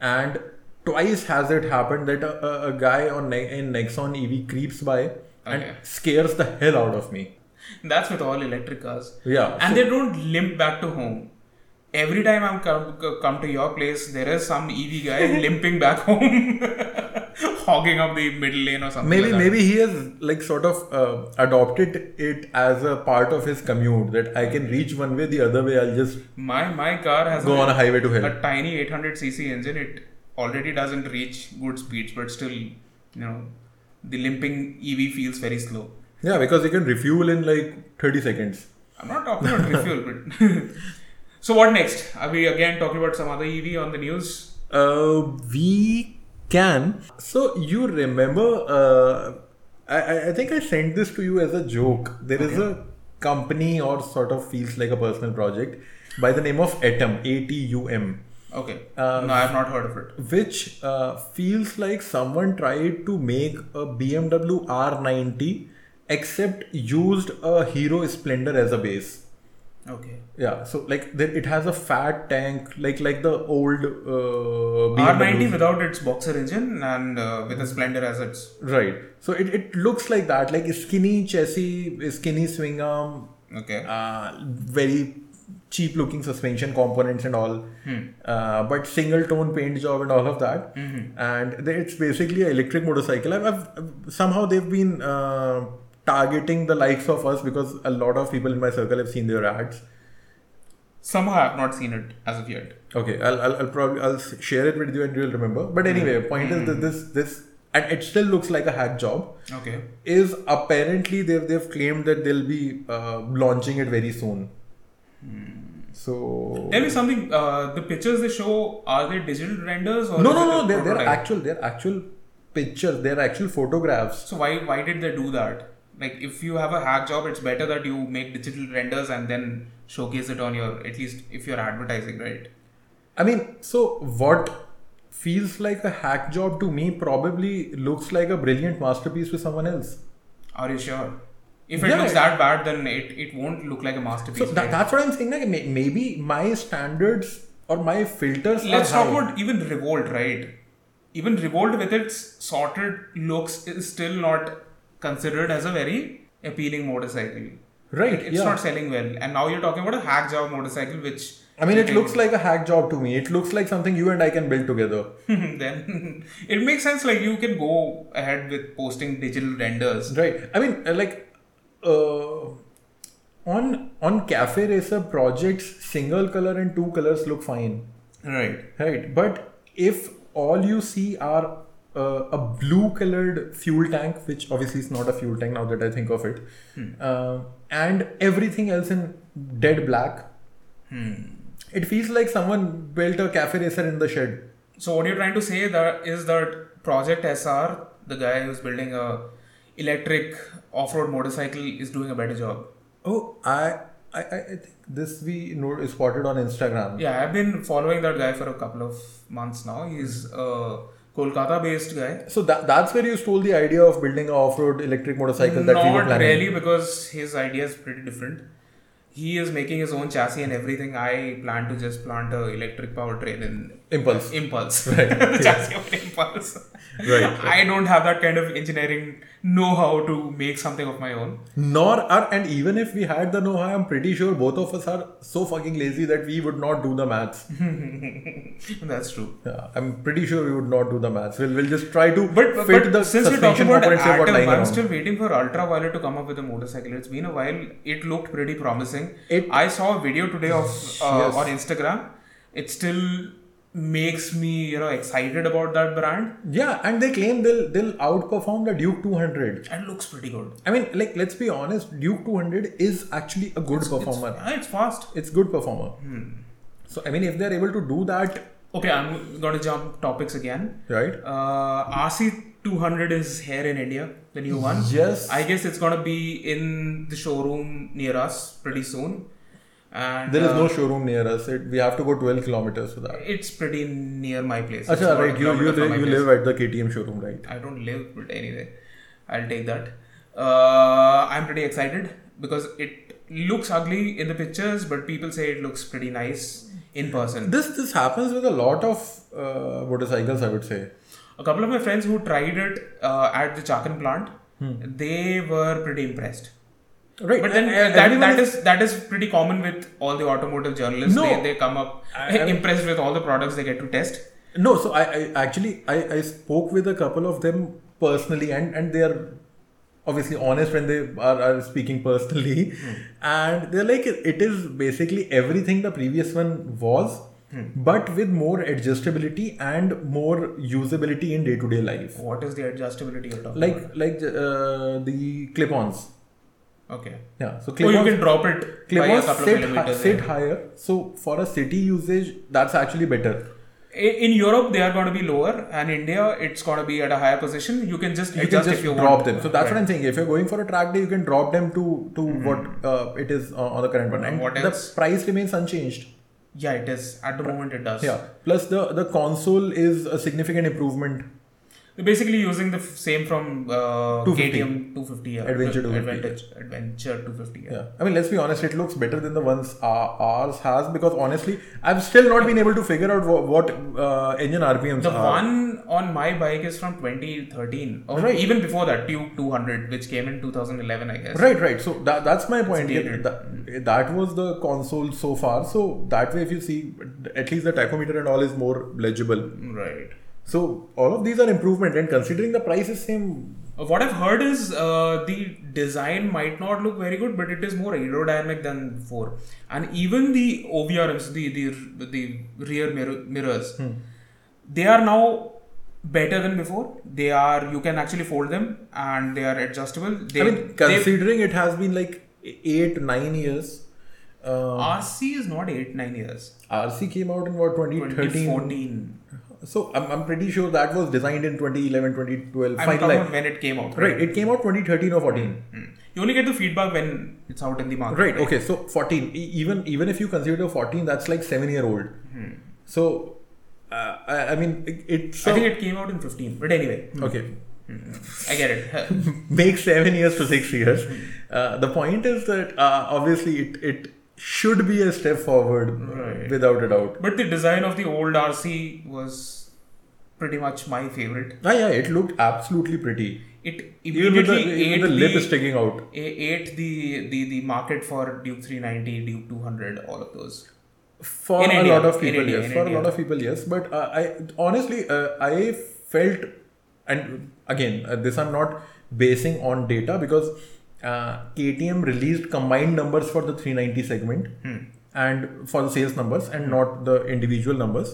Speaker 1: and twice has it happened that a, a, a guy on ne- in Nexon EV creeps by and
Speaker 2: Okay.
Speaker 1: scares the hell out of me.
Speaker 2: That's with all electric cars.
Speaker 1: Yeah,
Speaker 2: And they don't limp back to home. Every time I'm come, c- come to your place, there is some EV guy limping back home, hogging up the middle lane or something.
Speaker 1: Maybe
Speaker 2: like that.
Speaker 1: maybe he has like sort of uh, adopted it as a part of his commute that I can reach one way, the other way I'll just
Speaker 2: My my car has
Speaker 1: go
Speaker 2: a,
Speaker 1: on a highway to hell.
Speaker 2: a tiny 800cc engine. It already doesn't reach good speeds, but still, you know, the limping EV feels very slow.
Speaker 1: Yeah, because you can refuel in like 30 seconds.
Speaker 2: I'm not talking about refuel, but so what next? Are we again talking about some other EV on the news?
Speaker 1: Uh, we can. So you remember? Uh, I- I, I think I sent this to you as a joke. There is a company or sort of feels like a personal project by the name of Atom. A T U M.
Speaker 2: Okay.
Speaker 1: Uh,
Speaker 2: no, I have not heard of it.
Speaker 1: which uh, feels like someone tried to make a BMW R90 except used a Hero Splendor as a base.
Speaker 2: Okay.
Speaker 1: Yeah, so like there, it has a fat tank, like like the old uh,
Speaker 2: R90
Speaker 1: BMW.
Speaker 2: without its boxer engine and uh, with a Splendor as its.
Speaker 1: Right. So it, it looks like that, like skinny chassis, skinny swing arm,
Speaker 2: Okay.
Speaker 1: uh, very cheap looking suspension components and all uh, but single tone paint job and all of that and they, it's basically an electric motorcycle I've, I've, somehow they've been uh, targeting the likes of us because a lot of people in my circle have seen their ads
Speaker 2: Somehow I have not seen it as of yet.
Speaker 1: okay i'll, I'll, I'll probably i'll s- share it with you and you'll remember but anyway point is that this this and it still looks like a hack job
Speaker 2: Okay.
Speaker 1: is apparently they've they've claimed that they'll be uh, launching it very soon so
Speaker 2: Tell me something. Uh, the pictures they show are they digital renders or
Speaker 1: no
Speaker 2: is
Speaker 1: no
Speaker 2: it a
Speaker 1: no they're, they're
Speaker 2: prototype?
Speaker 1: actual they're actual pictures they're actual photographs
Speaker 2: So why why did they do that? Like if you have a hack job, it's better that you make digital renders and then showcase it on your at least if you're advertising, right?
Speaker 1: i mean so what feels like a hack job to me probably looks like a brilliant masterpiece to someone else
Speaker 2: Are you sure? If it
Speaker 1: Yeah.
Speaker 2: looks that bad, then it, it won't look like a masterpiece.
Speaker 1: so
Speaker 2: right?
Speaker 1: that, that's what i'm saying like may- maybe my standards or my filters
Speaker 2: Let's
Speaker 1: are
Speaker 2: talk
Speaker 1: high.
Speaker 2: about even Revolt, right? Even Revolt with its sorted looks is still not considered as a very appealing motorcycle.
Speaker 1: right
Speaker 2: It's
Speaker 1: yeah.
Speaker 2: not selling well. And now you're talking about a hack job motorcycle, which
Speaker 1: i mean it looks like a hack job to me it looks like something you and i can build together
Speaker 2: then it makes sense like you can go ahead with posting digital renders.
Speaker 1: Right. I mean, uh, like, uh, on on cafe racer projects, single color and two colors look fine,
Speaker 2: Right.
Speaker 1: right? But if all you see are uh, a blue colored fuel tank, which obviously is not a fuel tank now that I think of it, uh, and everything else in dead black, Hmm. it feels like someone built a cafe racer in the shed.
Speaker 2: So what you're trying to say that is that Project SR, the guy who's building a electric off-road motorcycle, is doing a better job.
Speaker 1: Oh, I I, I I think this we know, spotted on Instagram.
Speaker 2: Yeah, I've been following that guy for a couple of months now. He's a Kolkata-based guy.
Speaker 1: So that, that's where you stole the idea of building an off-road electric motorcycle that we were
Speaker 2: Not
Speaker 1: planning.
Speaker 2: really, because his idea is pretty different. He is making his own chassis and everything. I plan to just plant a electric powertrain in
Speaker 1: Impulse.
Speaker 2: Impulse.
Speaker 1: Right,
Speaker 2: the chassis of an Impulse.
Speaker 1: Right,
Speaker 2: I don't have that kind of engineering know-how to make something of my own.
Speaker 1: Nor are, and even if we had the know-how, I'm pretty sure both of us are so fucking lazy that we would not do the maths.
Speaker 2: That's true.
Speaker 1: Yeah, I'm pretty sure we would not do the maths. We'll, we'll just try to
Speaker 2: But,
Speaker 1: fit
Speaker 2: but
Speaker 1: the
Speaker 2: since we're talking
Speaker 1: suspension
Speaker 2: about
Speaker 1: components we've got
Speaker 2: Atom,
Speaker 1: lying
Speaker 2: I'm
Speaker 1: around.
Speaker 2: still waiting for Ultraviolet to come up with a motorcycle. It's been a while. It looked pretty promising.
Speaker 1: It-
Speaker 2: I saw a video today of uh,
Speaker 1: Yes.
Speaker 2: on Instagram. It still makes me you know excited about that brand.
Speaker 1: Yeah, and they claim they'll they'll outperform the Duke 200.
Speaker 2: And looks pretty good.
Speaker 1: I mean, like let's be honest, Duke 200 is actually a good performer.
Speaker 2: Ah, It's Hmm. fast.
Speaker 1: It's, good performer. So I mean, if they're able to do that,
Speaker 2: Okay, I'm gonna jump topics again.
Speaker 1: right?
Speaker 2: Uh, RC 200 is here in India, the new one.
Speaker 1: Yes.
Speaker 2: I guess it's gonna be in the showroom near us pretty soon. And
Speaker 1: There is
Speaker 2: uh,
Speaker 1: no showroom near us. It, we have to go 12 kilometers for that.
Speaker 2: It's pretty near my place. It's
Speaker 1: Acha,
Speaker 2: about a
Speaker 1: right, you, you,
Speaker 2: kilometer from my
Speaker 1: you
Speaker 2: place.
Speaker 1: live at the KTM showroom, right?
Speaker 2: I don't live, but anyway, I'll take that. Uh, I'm pretty excited because it looks ugly in the pictures, but people say it looks pretty nice in person.
Speaker 1: This this happens with a lot of uh, motorcycles, I would say.
Speaker 2: A couple of my friends who tried it uh, at the Chakan plant,
Speaker 1: Hmm.
Speaker 2: they were pretty impressed.
Speaker 1: Right.
Speaker 2: But then uh, that, that is that is pretty common with all the automotive journalists.
Speaker 1: No.
Speaker 2: They, they come up
Speaker 1: I- I-
Speaker 2: impressed with all the products they get to test.
Speaker 1: No, so I, I actually I, I spoke with a couple of them personally, and and they are obviously honest when they are, are speaking personally,
Speaker 2: Hmm.
Speaker 1: and they're like it is basically everything the previous one was,
Speaker 2: Hmm.
Speaker 1: but with more adjustability and more usability in day to day life.
Speaker 2: What is the adjustability you're talking
Speaker 1: like like uh, the clip-ons
Speaker 2: about? Okay.
Speaker 1: yeah so
Speaker 2: Or Oh, you
Speaker 1: clip-ons,
Speaker 2: can drop it by a
Speaker 1: clip-ons
Speaker 2: couple
Speaker 1: sit,
Speaker 2: of
Speaker 1: hi-
Speaker 2: millimeters.
Speaker 1: sit higher so for a city usage that's actually better
Speaker 2: I- In Europe, they are going to be lower, and India, it's going to be at a higher position. You can just
Speaker 1: you can
Speaker 2: adjust
Speaker 1: just
Speaker 2: if you
Speaker 1: drop
Speaker 2: want.
Speaker 1: them so that's what
Speaker 2: Right. Hmm.
Speaker 1: i'm saying if you're going for a track day you can drop them to to what uh, it is uh, on the current one and
Speaker 2: What
Speaker 1: the
Speaker 2: else?
Speaker 1: price remains unchanged
Speaker 2: Yeah, it is. At the moment, it does.
Speaker 1: Yeah. Plus the the console is a significant improvement.
Speaker 2: They're basically using the f- same from uh,
Speaker 1: 250.
Speaker 2: KTM 250. Yeah.
Speaker 1: Adventure 250,
Speaker 2: Adventure, Adventure 250. Yeah.
Speaker 1: Yeah. I mean, let's be honest. It looks better than the ones our, ours has because honestly, I've still not been able to figure out what, what uh, engine RPMs
Speaker 2: The
Speaker 1: are.
Speaker 2: one on my bike is from 2013. Or
Speaker 1: Right.
Speaker 2: Even before that, Tube 200, which came in 2011, I guess.
Speaker 1: Right, right. So that, that's my point. Yeah,
Speaker 2: dated.
Speaker 1: that, that was the console so far. So that way, if you see, at least the tachometer and all is more legible.
Speaker 2: Right.
Speaker 1: So all of these are improvement, and considering the price is same.
Speaker 2: Uh, What I've heard is uh, the design might not look very good, but it is more aerodynamic than before. And even the OVRMs, the the, the rear mirror, mirrors,
Speaker 1: Hmm.
Speaker 2: they are now better than before. They are you can actually fold them and they are adjustable. They,
Speaker 1: I mean,
Speaker 2: they-
Speaker 1: considering it has been like eight, nine years. Uh,
Speaker 2: RC is not eight nine years.
Speaker 1: RC came out in what 2013.
Speaker 2: 2014.
Speaker 1: So I'm, I'm pretty sure that was designed in 2011, 2012.
Speaker 2: I'm
Speaker 1: fine,
Speaker 2: talking
Speaker 1: like-
Speaker 2: about when it came out.
Speaker 1: Right, it came out 2013 or 14.
Speaker 2: Mm. You only get the feedback when it's out in the market.
Speaker 1: Right. Okay. So 14. E- even even if you consider 14, that's like seven year old. So, uh, I, I mean, it, it's
Speaker 2: Hmm. I
Speaker 1: a-
Speaker 2: think it came out in 15. But anyway,
Speaker 1: okay.
Speaker 2: I get it.
Speaker 1: Make seven years to six years.
Speaker 2: Hmm.
Speaker 1: Uh, the point is that uh, obviously it it should be a step forward
Speaker 2: Right.
Speaker 1: without a doubt.
Speaker 2: But the design of the old RC was pretty much my favorite.
Speaker 1: Ah, yeah, it looked absolutely pretty.
Speaker 2: It
Speaker 1: Even with the,
Speaker 2: immediately
Speaker 1: even
Speaker 2: ate,
Speaker 1: with the lip
Speaker 2: the,
Speaker 1: sticking out.
Speaker 2: a- ate the, the the market for Duke 390, Duke 200, all of those.
Speaker 1: for
Speaker 2: In
Speaker 1: a
Speaker 2: India,
Speaker 1: lot of
Speaker 2: in
Speaker 1: people
Speaker 2: India,
Speaker 1: yes
Speaker 2: in
Speaker 1: for a
Speaker 2: India.
Speaker 1: lot of people yes but uh, i honestly uh, i felt and again uh, this i'm not basing on data because uh, ktm released combined numbers for the 390 segment
Speaker 2: Hmm.
Speaker 1: and for the sales numbers and not the individual numbers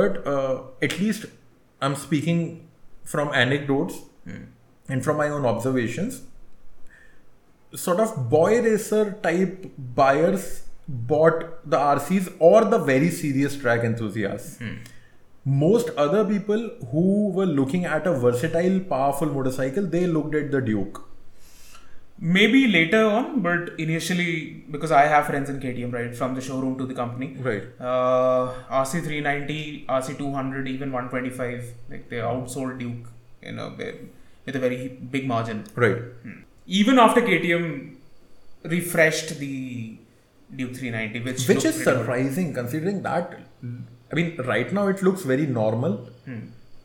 Speaker 1: but uh, at least i'm speaking from anecdotes
Speaker 2: Hmm.
Speaker 1: and from my own observations sort of boy racer type buyers bought the RCs or the very serious track enthusiasts.
Speaker 2: Hmm.
Speaker 1: Most other people who were looking at a versatile, powerful motorcycle, they looked at the Duke.
Speaker 2: Maybe later on, but initially, because I have friends in KTM, right, from the showroom to the company.
Speaker 1: Right.
Speaker 2: Uh, RC 390, RC 200, even 125, like they outsold Duke, you know, with a very big margin.
Speaker 1: Right.
Speaker 2: even after KTM refreshed the Duke 390, which
Speaker 1: Which
Speaker 2: looked
Speaker 1: is
Speaker 2: pretty good.
Speaker 1: surprising considering that, I mean, right now it looks very normal. Uh,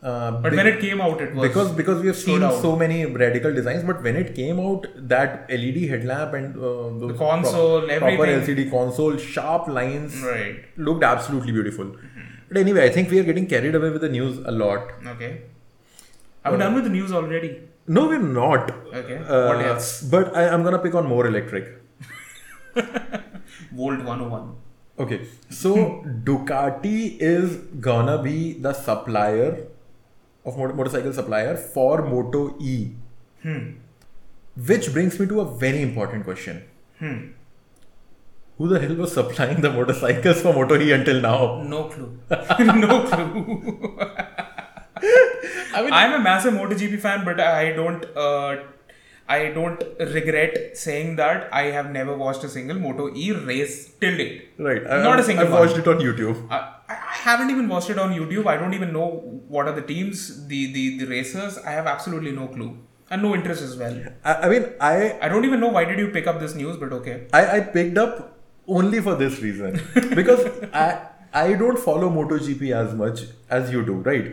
Speaker 2: Hmm. But
Speaker 1: be-
Speaker 2: when it came out, it was
Speaker 1: because because we have seen
Speaker 2: slowed down.
Speaker 1: so many radical designs, but when it came out, that LED headlamp and uh, those pro-
Speaker 2: console,
Speaker 1: proper
Speaker 2: everything. Hmm.
Speaker 1: LCD console, sharp lines,
Speaker 2: right.
Speaker 1: looked absolutely beautiful. But anyway, I think we are getting carried away with the news a lot.
Speaker 2: Okay, I'm done with the news already.
Speaker 1: No, we're not.
Speaker 2: Okay,
Speaker 1: Uh,
Speaker 2: what else?
Speaker 1: But I, I'm gonna pick on more electric.
Speaker 2: Volt 101.
Speaker 1: Okay, so Ducati is gonna be the supplier of mot- motorcycle supplier for Moto E,
Speaker 2: Hmm.
Speaker 1: which brings me to a very important question.
Speaker 2: Hmm.
Speaker 1: Who the hell was supplying the motorcycles for Moto E until now?
Speaker 2: No clue. no clue.
Speaker 1: I mean,
Speaker 2: I'm a massive MotoGP fan, but I don't. Uh, I don't regret saying that I have never watched a single Moto E race till date.
Speaker 1: right? I,
Speaker 2: Not a single
Speaker 1: I've
Speaker 2: one.
Speaker 1: watched it on YouTube.
Speaker 2: I, I I haven't even watched it on YouTube. I don't even know what are the teams, the, the, the racers. I have absolutely no clue and no interest as well.
Speaker 1: I, I mean, I
Speaker 2: I don't even know why did you pick up this news, but okay.
Speaker 1: I, I picked up only for this reason because I I don't follow MotoGP as much as you do, right?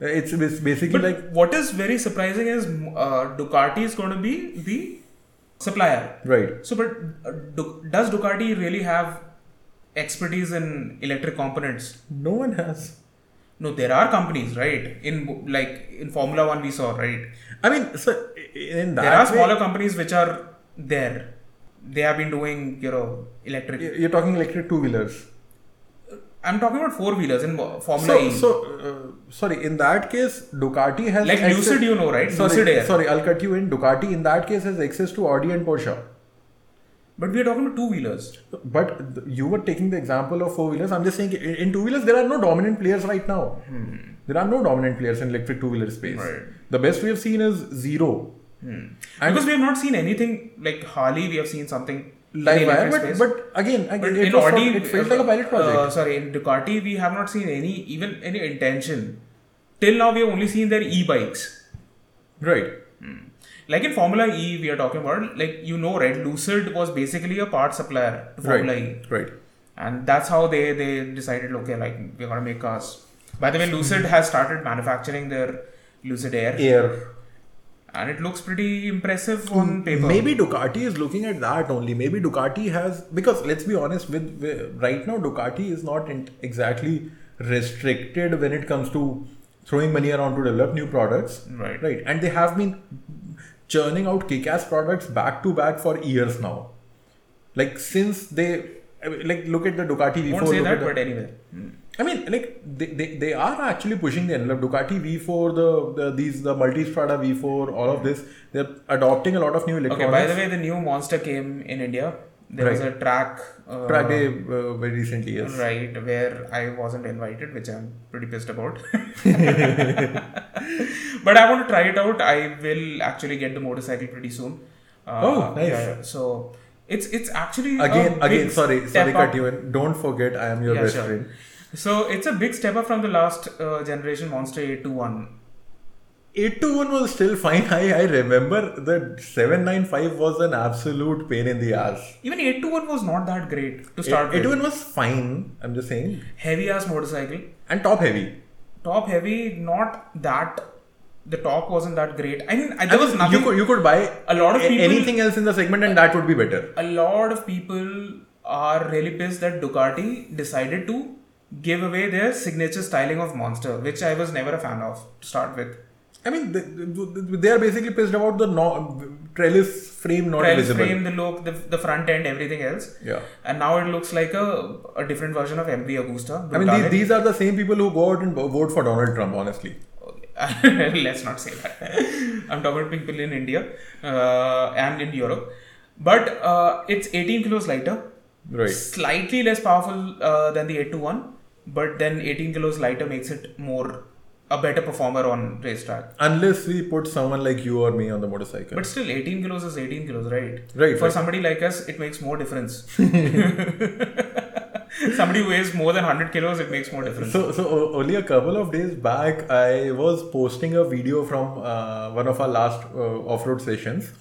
Speaker 1: It's, it's basically
Speaker 2: Hmm. But
Speaker 1: like
Speaker 2: what is very surprising is uh, Ducati is going to be the supplier.
Speaker 1: right.
Speaker 2: So, but uh, Du- does Ducati really have expertise in electric components?
Speaker 1: No one has.
Speaker 2: No, there are companies, right? In like in Formula One, we saw, right?
Speaker 1: I mean, so i- in that
Speaker 2: there are
Speaker 1: way,
Speaker 2: smaller companies which are there. They have been doing, you know, electric
Speaker 1: y- you're talking electric two wheelers.
Speaker 2: I'm talking about four wheelers in Formula
Speaker 1: So,
Speaker 2: E.
Speaker 1: so uh, sorry. In that case, Ducati has
Speaker 2: like
Speaker 1: access-
Speaker 2: Lucid, you know, right? Lucid
Speaker 1: Sorry,
Speaker 2: Air.
Speaker 1: sorry, I'll cut you in. Ducati in that case has access to Audi and Porsche.
Speaker 2: But we are talking about two wheelers.
Speaker 1: But th- you were taking the example of four wheelers. I'm just saying in, in two wheelers there are no dominant players right now. There are no dominant players in electric two wheeler space.
Speaker 2: Hmm. Right. Hmm.
Speaker 1: The best we have seen is zero.
Speaker 2: because we have not seen anything like Harley, we have seen something
Speaker 1: live wire,
Speaker 2: electric
Speaker 1: but,
Speaker 2: space.
Speaker 1: but again, again
Speaker 2: But
Speaker 1: it, was
Speaker 2: in
Speaker 1: not-
Speaker 2: Audi,
Speaker 1: it felt like a pilot project.
Speaker 2: Uh, sorry, in Ducati, we have not seen any even any intention. Till now, we have only seen their e-bikes.
Speaker 1: right.
Speaker 2: Like in Formula E, we are talking about like you know, right? Lucid was basically a part supplier to Formula E,
Speaker 1: Right. Right.
Speaker 2: and that's how they they decided, okay, like we're gonna make cars. By the way,
Speaker 1: Hmm.
Speaker 2: Lucid has started manufacturing their Lucid Air,
Speaker 1: Air.
Speaker 2: and it looks pretty impressive on paper.
Speaker 1: Hmm, Maybe Ducati is looking at that only. Maybe Ducati has because let's be honest with, with right now Ducati is not in, exactly restricted when it comes to throwing money around to develop new products.
Speaker 2: Right.
Speaker 1: Right. And they have been churning out kick-ass products back to back for years now. Like since they I mean, like look at the Ducati V4.
Speaker 2: Won't say
Speaker 1: look at
Speaker 2: that,
Speaker 1: the-
Speaker 2: but anyway.
Speaker 1: I mean, like they, they, they are actually pushing the envelope. Ducati V4, the, the these the Multistrada V4, all of this. They're adopting a lot of new
Speaker 2: Okay.
Speaker 1: electronics.
Speaker 2: By the way, the new monster came in India. There was a track. Uh,
Speaker 1: track day uh, very recently, yes.
Speaker 2: Right, where I wasn't invited, which I'm pretty pissed about. but I want to try it out. I will actually get the motorcycle pretty soon. Uh,
Speaker 1: Oh, nice.
Speaker 2: yeah, so it's it's actually a
Speaker 1: Again,
Speaker 2: big
Speaker 1: again, sorry, sorry,
Speaker 2: step up.
Speaker 1: cut you in. Don't forget, I am your
Speaker 2: Yeah,
Speaker 1: best
Speaker 2: sure.
Speaker 1: friend.
Speaker 2: So it's a big step up from the last uh, generation Monster 821.
Speaker 1: 821 was still fine. I, I remember the 795 was an absolute pain in the ass.
Speaker 2: Even 821 was not that great to start with.
Speaker 1: 821 was fine, I'm just saying.
Speaker 2: Heavy ass motorcycle,
Speaker 1: And top heavy.
Speaker 2: top heavy, not that. The top wasn't that great. I mean, I- there
Speaker 1: I
Speaker 2: was
Speaker 1: mean,
Speaker 2: nothing.
Speaker 1: You could, you could buy
Speaker 2: a lot of
Speaker 1: a-
Speaker 2: people
Speaker 1: anything else in the segment and that would be better.
Speaker 2: a lot of people are really pissed that Ducati decided to give away their signature styling of Monster, which I was never a fan of to start with.
Speaker 1: I mean, they, they are basically pissed about the no, trellis frame not
Speaker 2: Trail
Speaker 1: visible.
Speaker 2: frame, the look, the, the front end, everything else.
Speaker 1: Yeah.
Speaker 2: And now it looks like a, a different version of MV Agusta.
Speaker 1: I mean,
Speaker 2: Brutale.
Speaker 1: these, these are the same people who go out and vote for Donald Trump, honestly.
Speaker 2: Okay. let's not say that. I'm talking about people in India uh, and in Europe. But uh, it's 18 kilos lighter,
Speaker 1: Right.
Speaker 2: slightly less powerful uh, than the 821, but then 18 kilos lighter makes it more a better performer on racetrack.
Speaker 1: Unless we put someone like you or me on the motorcycle.
Speaker 2: But still, 18 kilos is 18 kilos, right?
Speaker 1: Right,
Speaker 2: For
Speaker 1: right.
Speaker 2: somebody like us, it makes more difference. somebody who weighs more than 100 kilos, it makes more difference.
Speaker 1: so, so o- only a couple of days back, I was posting a video from uh, one of our last uh, off-road sessions,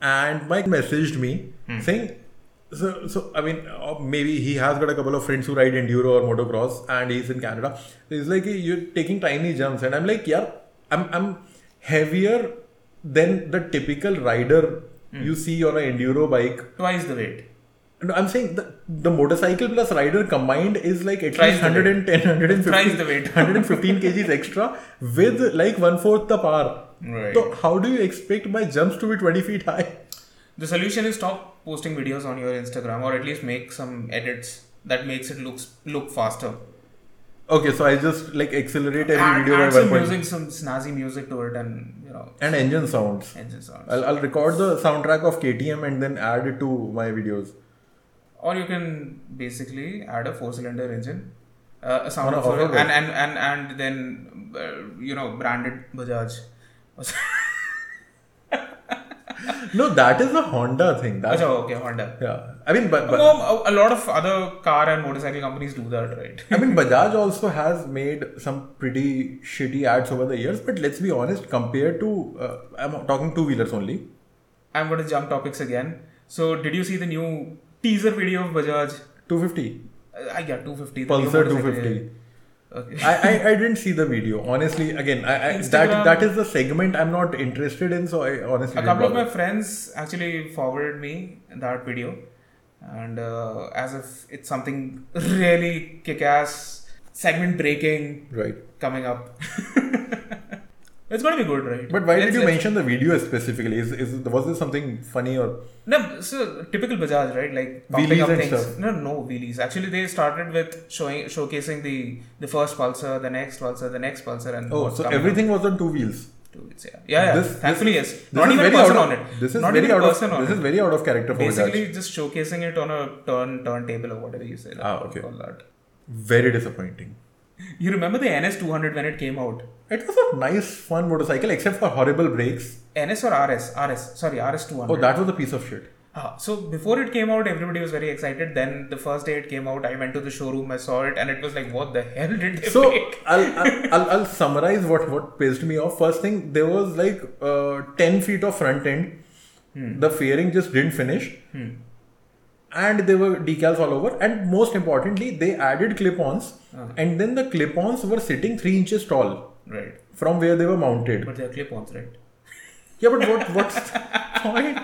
Speaker 1: and Mike messaged me saying, "So, so I mean, uh, maybe he has got a couple of friends who ride enduro or motocross, and he's in Canada. He's like, "Hey, you're taking tiny jumps, and I'm like, yeah, I'm I'm heavier than the typical rider you see on an enduro bike."
Speaker 2: Twice the weight.
Speaker 1: No, I'm saying the, the motorcycle plus rider combined is like at
Speaker 2: Thrice
Speaker 1: least
Speaker 2: the
Speaker 1: 110, 115,
Speaker 2: Thrice the weight.
Speaker 1: 115 kgs extra with like one fourth the power.
Speaker 2: Right.
Speaker 1: So how do you expect my jumps to be 20 feet high?
Speaker 2: The solution is stop posting videos on your Instagram or at least make some edits that makes it looks look faster.
Speaker 1: Okay, so I just like accelerate every
Speaker 2: Add,
Speaker 1: video by
Speaker 2: add
Speaker 1: one
Speaker 2: some
Speaker 1: point
Speaker 2: music, some snazzy music to it and you know
Speaker 1: and engine sounds.
Speaker 2: engine sounds.
Speaker 1: I'll, I'll record the soundtrack of KTM and then add it to my videos.
Speaker 2: or you can basically add a four cylinder engine uh, a sound
Speaker 1: Or a
Speaker 2: of four,
Speaker 1: off-road.
Speaker 2: and, and and and then uh, you know branded bajaj
Speaker 1: No, that is a Honda thing. That's
Speaker 2: Acha, okay honda
Speaker 1: yeah. I mean, but, but
Speaker 2: Well, a- a lot of other car and motorcycle companies do that right
Speaker 1: I mean, Bajaj also has made some pretty shitty ads over the years, but let's be honest, compared to, uh, I'm talking two wheelers only.
Speaker 2: i'm going to jump topics again so did you see the new teaser video of bajaj
Speaker 1: 250.
Speaker 2: Uh, i got 250 the new
Speaker 1: Pulsar
Speaker 2: motorcycle.
Speaker 1: 250.
Speaker 2: okay
Speaker 1: I, I, I didn't see the video. Honestly, again, I, I, that
Speaker 2: Instagram-
Speaker 1: that is the segment I'm not interested in, so I honestly.
Speaker 2: a
Speaker 1: didn't
Speaker 2: couple of
Speaker 1: bother.
Speaker 2: my friends actually forwarded me that video and uh, as if it's something really kick-ass segment breaking
Speaker 1: Right.
Speaker 2: coming up it's gonna be good right
Speaker 1: But why
Speaker 2: Let's-
Speaker 1: did you
Speaker 2: let's-
Speaker 1: mention the video specifically? Is, is Was there something funny or.
Speaker 2: no so typical bajaj right like pumping
Speaker 1: Wheelies
Speaker 2: up
Speaker 1: and
Speaker 2: things
Speaker 1: stuff.
Speaker 2: no no wheelies actually they started with showing showcasing the the first pulsar the next pulsar the next pulsar and
Speaker 1: Oh,
Speaker 2: what's
Speaker 1: so
Speaker 2: coming up.
Speaker 1: everything was on two wheels.
Speaker 2: Two wheels, yeah yeah, yeah.
Speaker 1: This- this-
Speaker 2: thankfully yes
Speaker 1: This
Speaker 2: not
Speaker 1: is
Speaker 2: even a
Speaker 1: very
Speaker 2: person
Speaker 1: out
Speaker 2: on
Speaker 1: of,
Speaker 2: it
Speaker 1: This is
Speaker 2: not
Speaker 1: very
Speaker 2: even
Speaker 1: out
Speaker 2: a
Speaker 1: of.
Speaker 2: person on
Speaker 1: This
Speaker 2: it
Speaker 1: is very out of character for Bajaj.
Speaker 2: basically just showcasing it on a turn turntable or whatever you say.
Speaker 1: Ah, okay.
Speaker 2: All that.
Speaker 1: Very disappointing.
Speaker 2: You remember the NS200 when it came out?
Speaker 1: It was a nice, fun motorcycle, except for horrible brakes.
Speaker 2: NS or RS? RS. Sorry, RS200.
Speaker 1: Oh, that was a piece of shit.
Speaker 2: Ah, so before it came out, everybody was very excited. Then the first day it came out, I went to the showroom, I saw it, and it was like, what the hell did they
Speaker 1: So
Speaker 2: make?
Speaker 1: I'll, I'll, I'll, I'll summarize what, what pissed me off. First thing, there was like uh, 10 feet of front end.
Speaker 2: Hmm.
Speaker 1: The fairing just didn't finish. And there were decals all over. And most importantly, they added clip ons. And then the clip ons were sitting 3 inches tall
Speaker 2: Right,
Speaker 1: from where they were mounted.
Speaker 2: but they're clip-ons, right?
Speaker 1: Yeah, but what what's the point?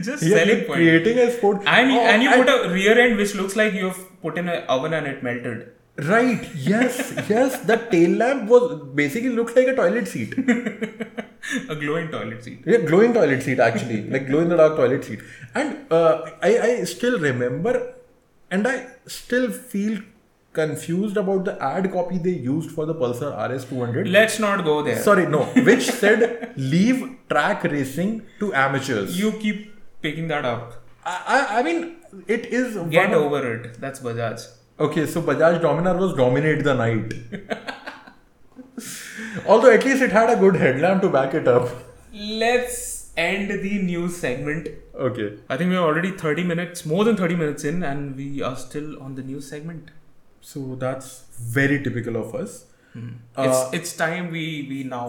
Speaker 2: Just
Speaker 1: Here
Speaker 2: selling
Speaker 1: you're
Speaker 2: point.
Speaker 1: creating a sport.
Speaker 2: And,
Speaker 1: Oh,
Speaker 2: and you put a rear end which looks like you've put in an oven and it melted.
Speaker 1: Right, yes, yes. The tail lamp was basically looked like a toilet seat.
Speaker 2: a glowing toilet seat.
Speaker 1: Yeah, glowing toilet seat actually, like glow in the dark toilet seat. And uh, I, I still remember, and I still feel confused about the ad copy they used for the Pulsar RS200.
Speaker 2: Let's not go there.
Speaker 1: Sorry, no, which said leave track racing to amateurs.
Speaker 2: You keep picking that up.
Speaker 1: I, I, I mean, it is
Speaker 2: Get
Speaker 1: one of-
Speaker 2: over it. That's Bajaj.
Speaker 1: Okay, so Bajaj Dominar was dominate the night. Although at least it had a good headlamp to back it up.
Speaker 2: Let's end the news segment.
Speaker 1: Okay.
Speaker 2: I think we're already 30 minutes, more than 30 minutes in, and we are still on the news segment.
Speaker 1: So that's very typical of us. Uh,
Speaker 2: it's it's time we we now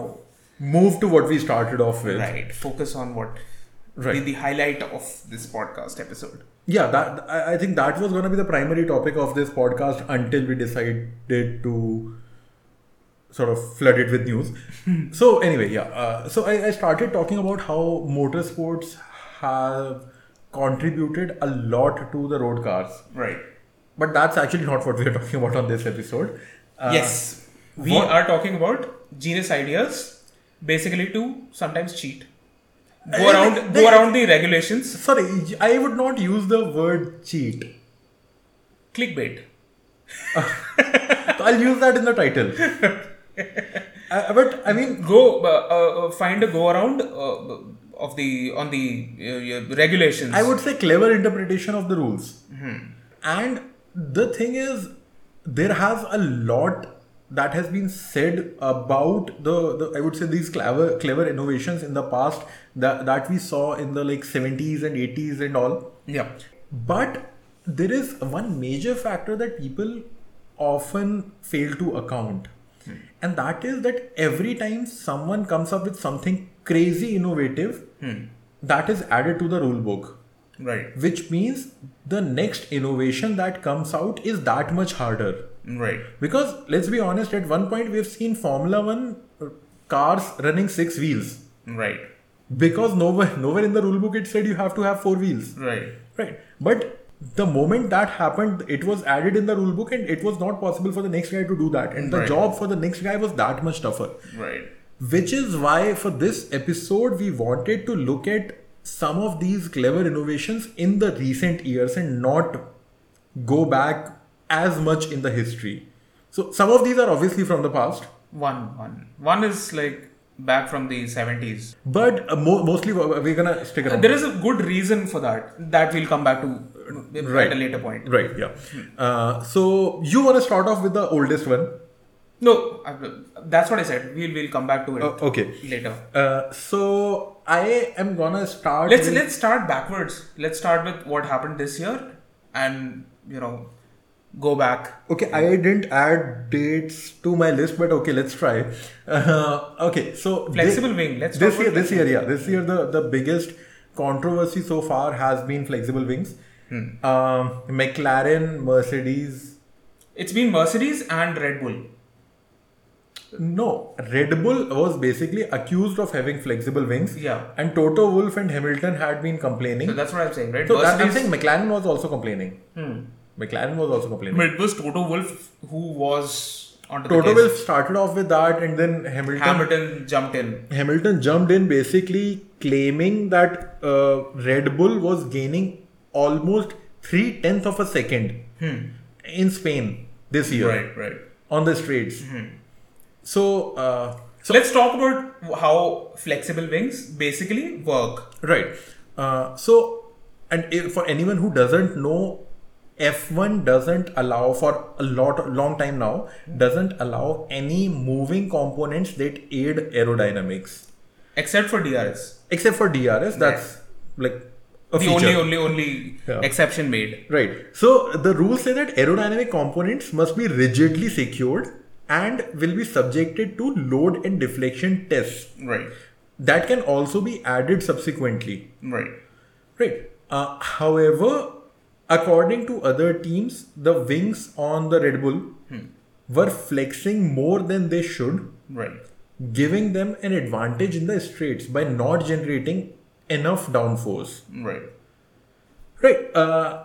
Speaker 1: move to what we started off with.
Speaker 2: right focus on what
Speaker 1: Right.
Speaker 2: the, the highlight of this podcast episode.
Speaker 1: Yeah, that I, I think that was going to be the primary topic of this podcast until we decided to sort of flood it with news. so anyway, yeah. Uh, so I, I started talking about how motorsports have contributed a lot to the road cars.
Speaker 2: Right.
Speaker 1: But that's actually not what we are talking about on this episode. Uh,
Speaker 2: yes. We
Speaker 1: what-
Speaker 2: are talking about genius ideas, basically to sometimes cheat, go
Speaker 1: Uh,
Speaker 2: around
Speaker 1: they-
Speaker 2: go around the regulations,
Speaker 1: Sorry, I would not use the word cheat.
Speaker 2: clickbait.
Speaker 1: I'll use that in the title. Uh, but I mean,
Speaker 2: Go uh, uh, uh, find a go around uh, of the on the uh, uh, regulations.
Speaker 1: I would say clever interpretation of the rules. And the thing is, there has a lot that has been said about the, the I would say these clever clever innovations in the past that, that we saw in the like 70s and 80s and all.
Speaker 2: yeah.
Speaker 1: But there is one major factor that people often fail to account. And that is that every time someone comes up with something crazy innovative, that is added to the rule book.
Speaker 2: Right.
Speaker 1: Which means the next innovation that comes out is that much harder.
Speaker 2: Right.
Speaker 1: Because let's be honest, at one point we've seen Formula One uh, cars running six wheels.
Speaker 2: Right.
Speaker 1: Because nowhere, nowhere in the rule book it said you have to have four wheels.
Speaker 2: Right.
Speaker 1: Right. But the moment that happened, it was added in the rule book and it was not possible for the next guy to do that. And the
Speaker 2: Right.
Speaker 1: job for the next guy was that much tougher.
Speaker 2: Right.
Speaker 1: Which is why, for this episode, we wanted to look at some of these clever innovations in the recent years and not go back as much in the history. So, some of these are obviously from the past,
Speaker 2: One. One. One is like back from the seventies.
Speaker 1: but uh, mo- mostly we're we're gonna stick around.
Speaker 2: There is a good reason for that. That we'll come back to uh,
Speaker 1: Right.
Speaker 2: at a later point.
Speaker 1: Right, yeah. Uh, so, you want to start off with the oldest one?
Speaker 2: No, I- that's what I said. We'll we'll come back to it
Speaker 1: Uh, okay.
Speaker 2: later.
Speaker 1: Uh, so I am gonna start.
Speaker 2: Let's
Speaker 1: with-
Speaker 2: let's start backwards. Let's start with what happened this year, and you know, go back.
Speaker 1: Okay, I didn't add dates to my list, but okay, let's try. Uh, okay, so thi-
Speaker 2: Flexible wing. Let's
Speaker 1: this
Speaker 2: talk
Speaker 1: year,
Speaker 2: about
Speaker 1: this year, yeah, this year the the biggest controversy so far has been flexible wings.
Speaker 2: Hmm.
Speaker 1: Um, McLaren, Mercedes,
Speaker 2: It's been Mercedes and Red Bull.
Speaker 1: no, Red Bull was basically accused of having flexible wings.
Speaker 2: Yeah.
Speaker 1: and Toto Wolff and Hamilton had been complaining.
Speaker 2: So that's what I'm saying, right?
Speaker 1: so that, I'm
Speaker 2: Mercedes. Hmm.
Speaker 1: saying McLaren was also complaining. McLaren was also complaining.
Speaker 2: It was Toto Wolf who was on the
Speaker 1: Toto
Speaker 2: case.
Speaker 1: Wolff started off with that, and then Hamilton
Speaker 2: Hamilton jumped in.
Speaker 1: Hamilton jumped in, basically claiming that uh, Red Bull was gaining almost three tenths of a second in Spain this year
Speaker 2: Hmm. Right, Hmm. right.
Speaker 1: on the straights. So, uh,
Speaker 2: So let's talk about how flexible wings basically work.
Speaker 1: right. Uh, so, and if, for anyone who doesn't know, F1 doesn't allow for a lot long time now doesn't allow any moving components that aid aerodynamics.
Speaker 2: except for DRS.
Speaker 1: except for DRS, that's like a
Speaker 2: the
Speaker 1: feature.
Speaker 2: only, only, only
Speaker 1: Yeah.
Speaker 2: exception made.
Speaker 1: Right. So the rules say that aerodynamic components must be rigidly secured and will be subjected to load and deflection tests
Speaker 2: Right.
Speaker 1: that can also be added subsequently.
Speaker 2: Right.
Speaker 1: Right. Uh, however, according to other teams, the wings on the Red Bull were flexing more than they should,
Speaker 2: Right.
Speaker 1: giving them an advantage in the straights by not generating enough downforce.
Speaker 2: Right.
Speaker 1: Right. Uh,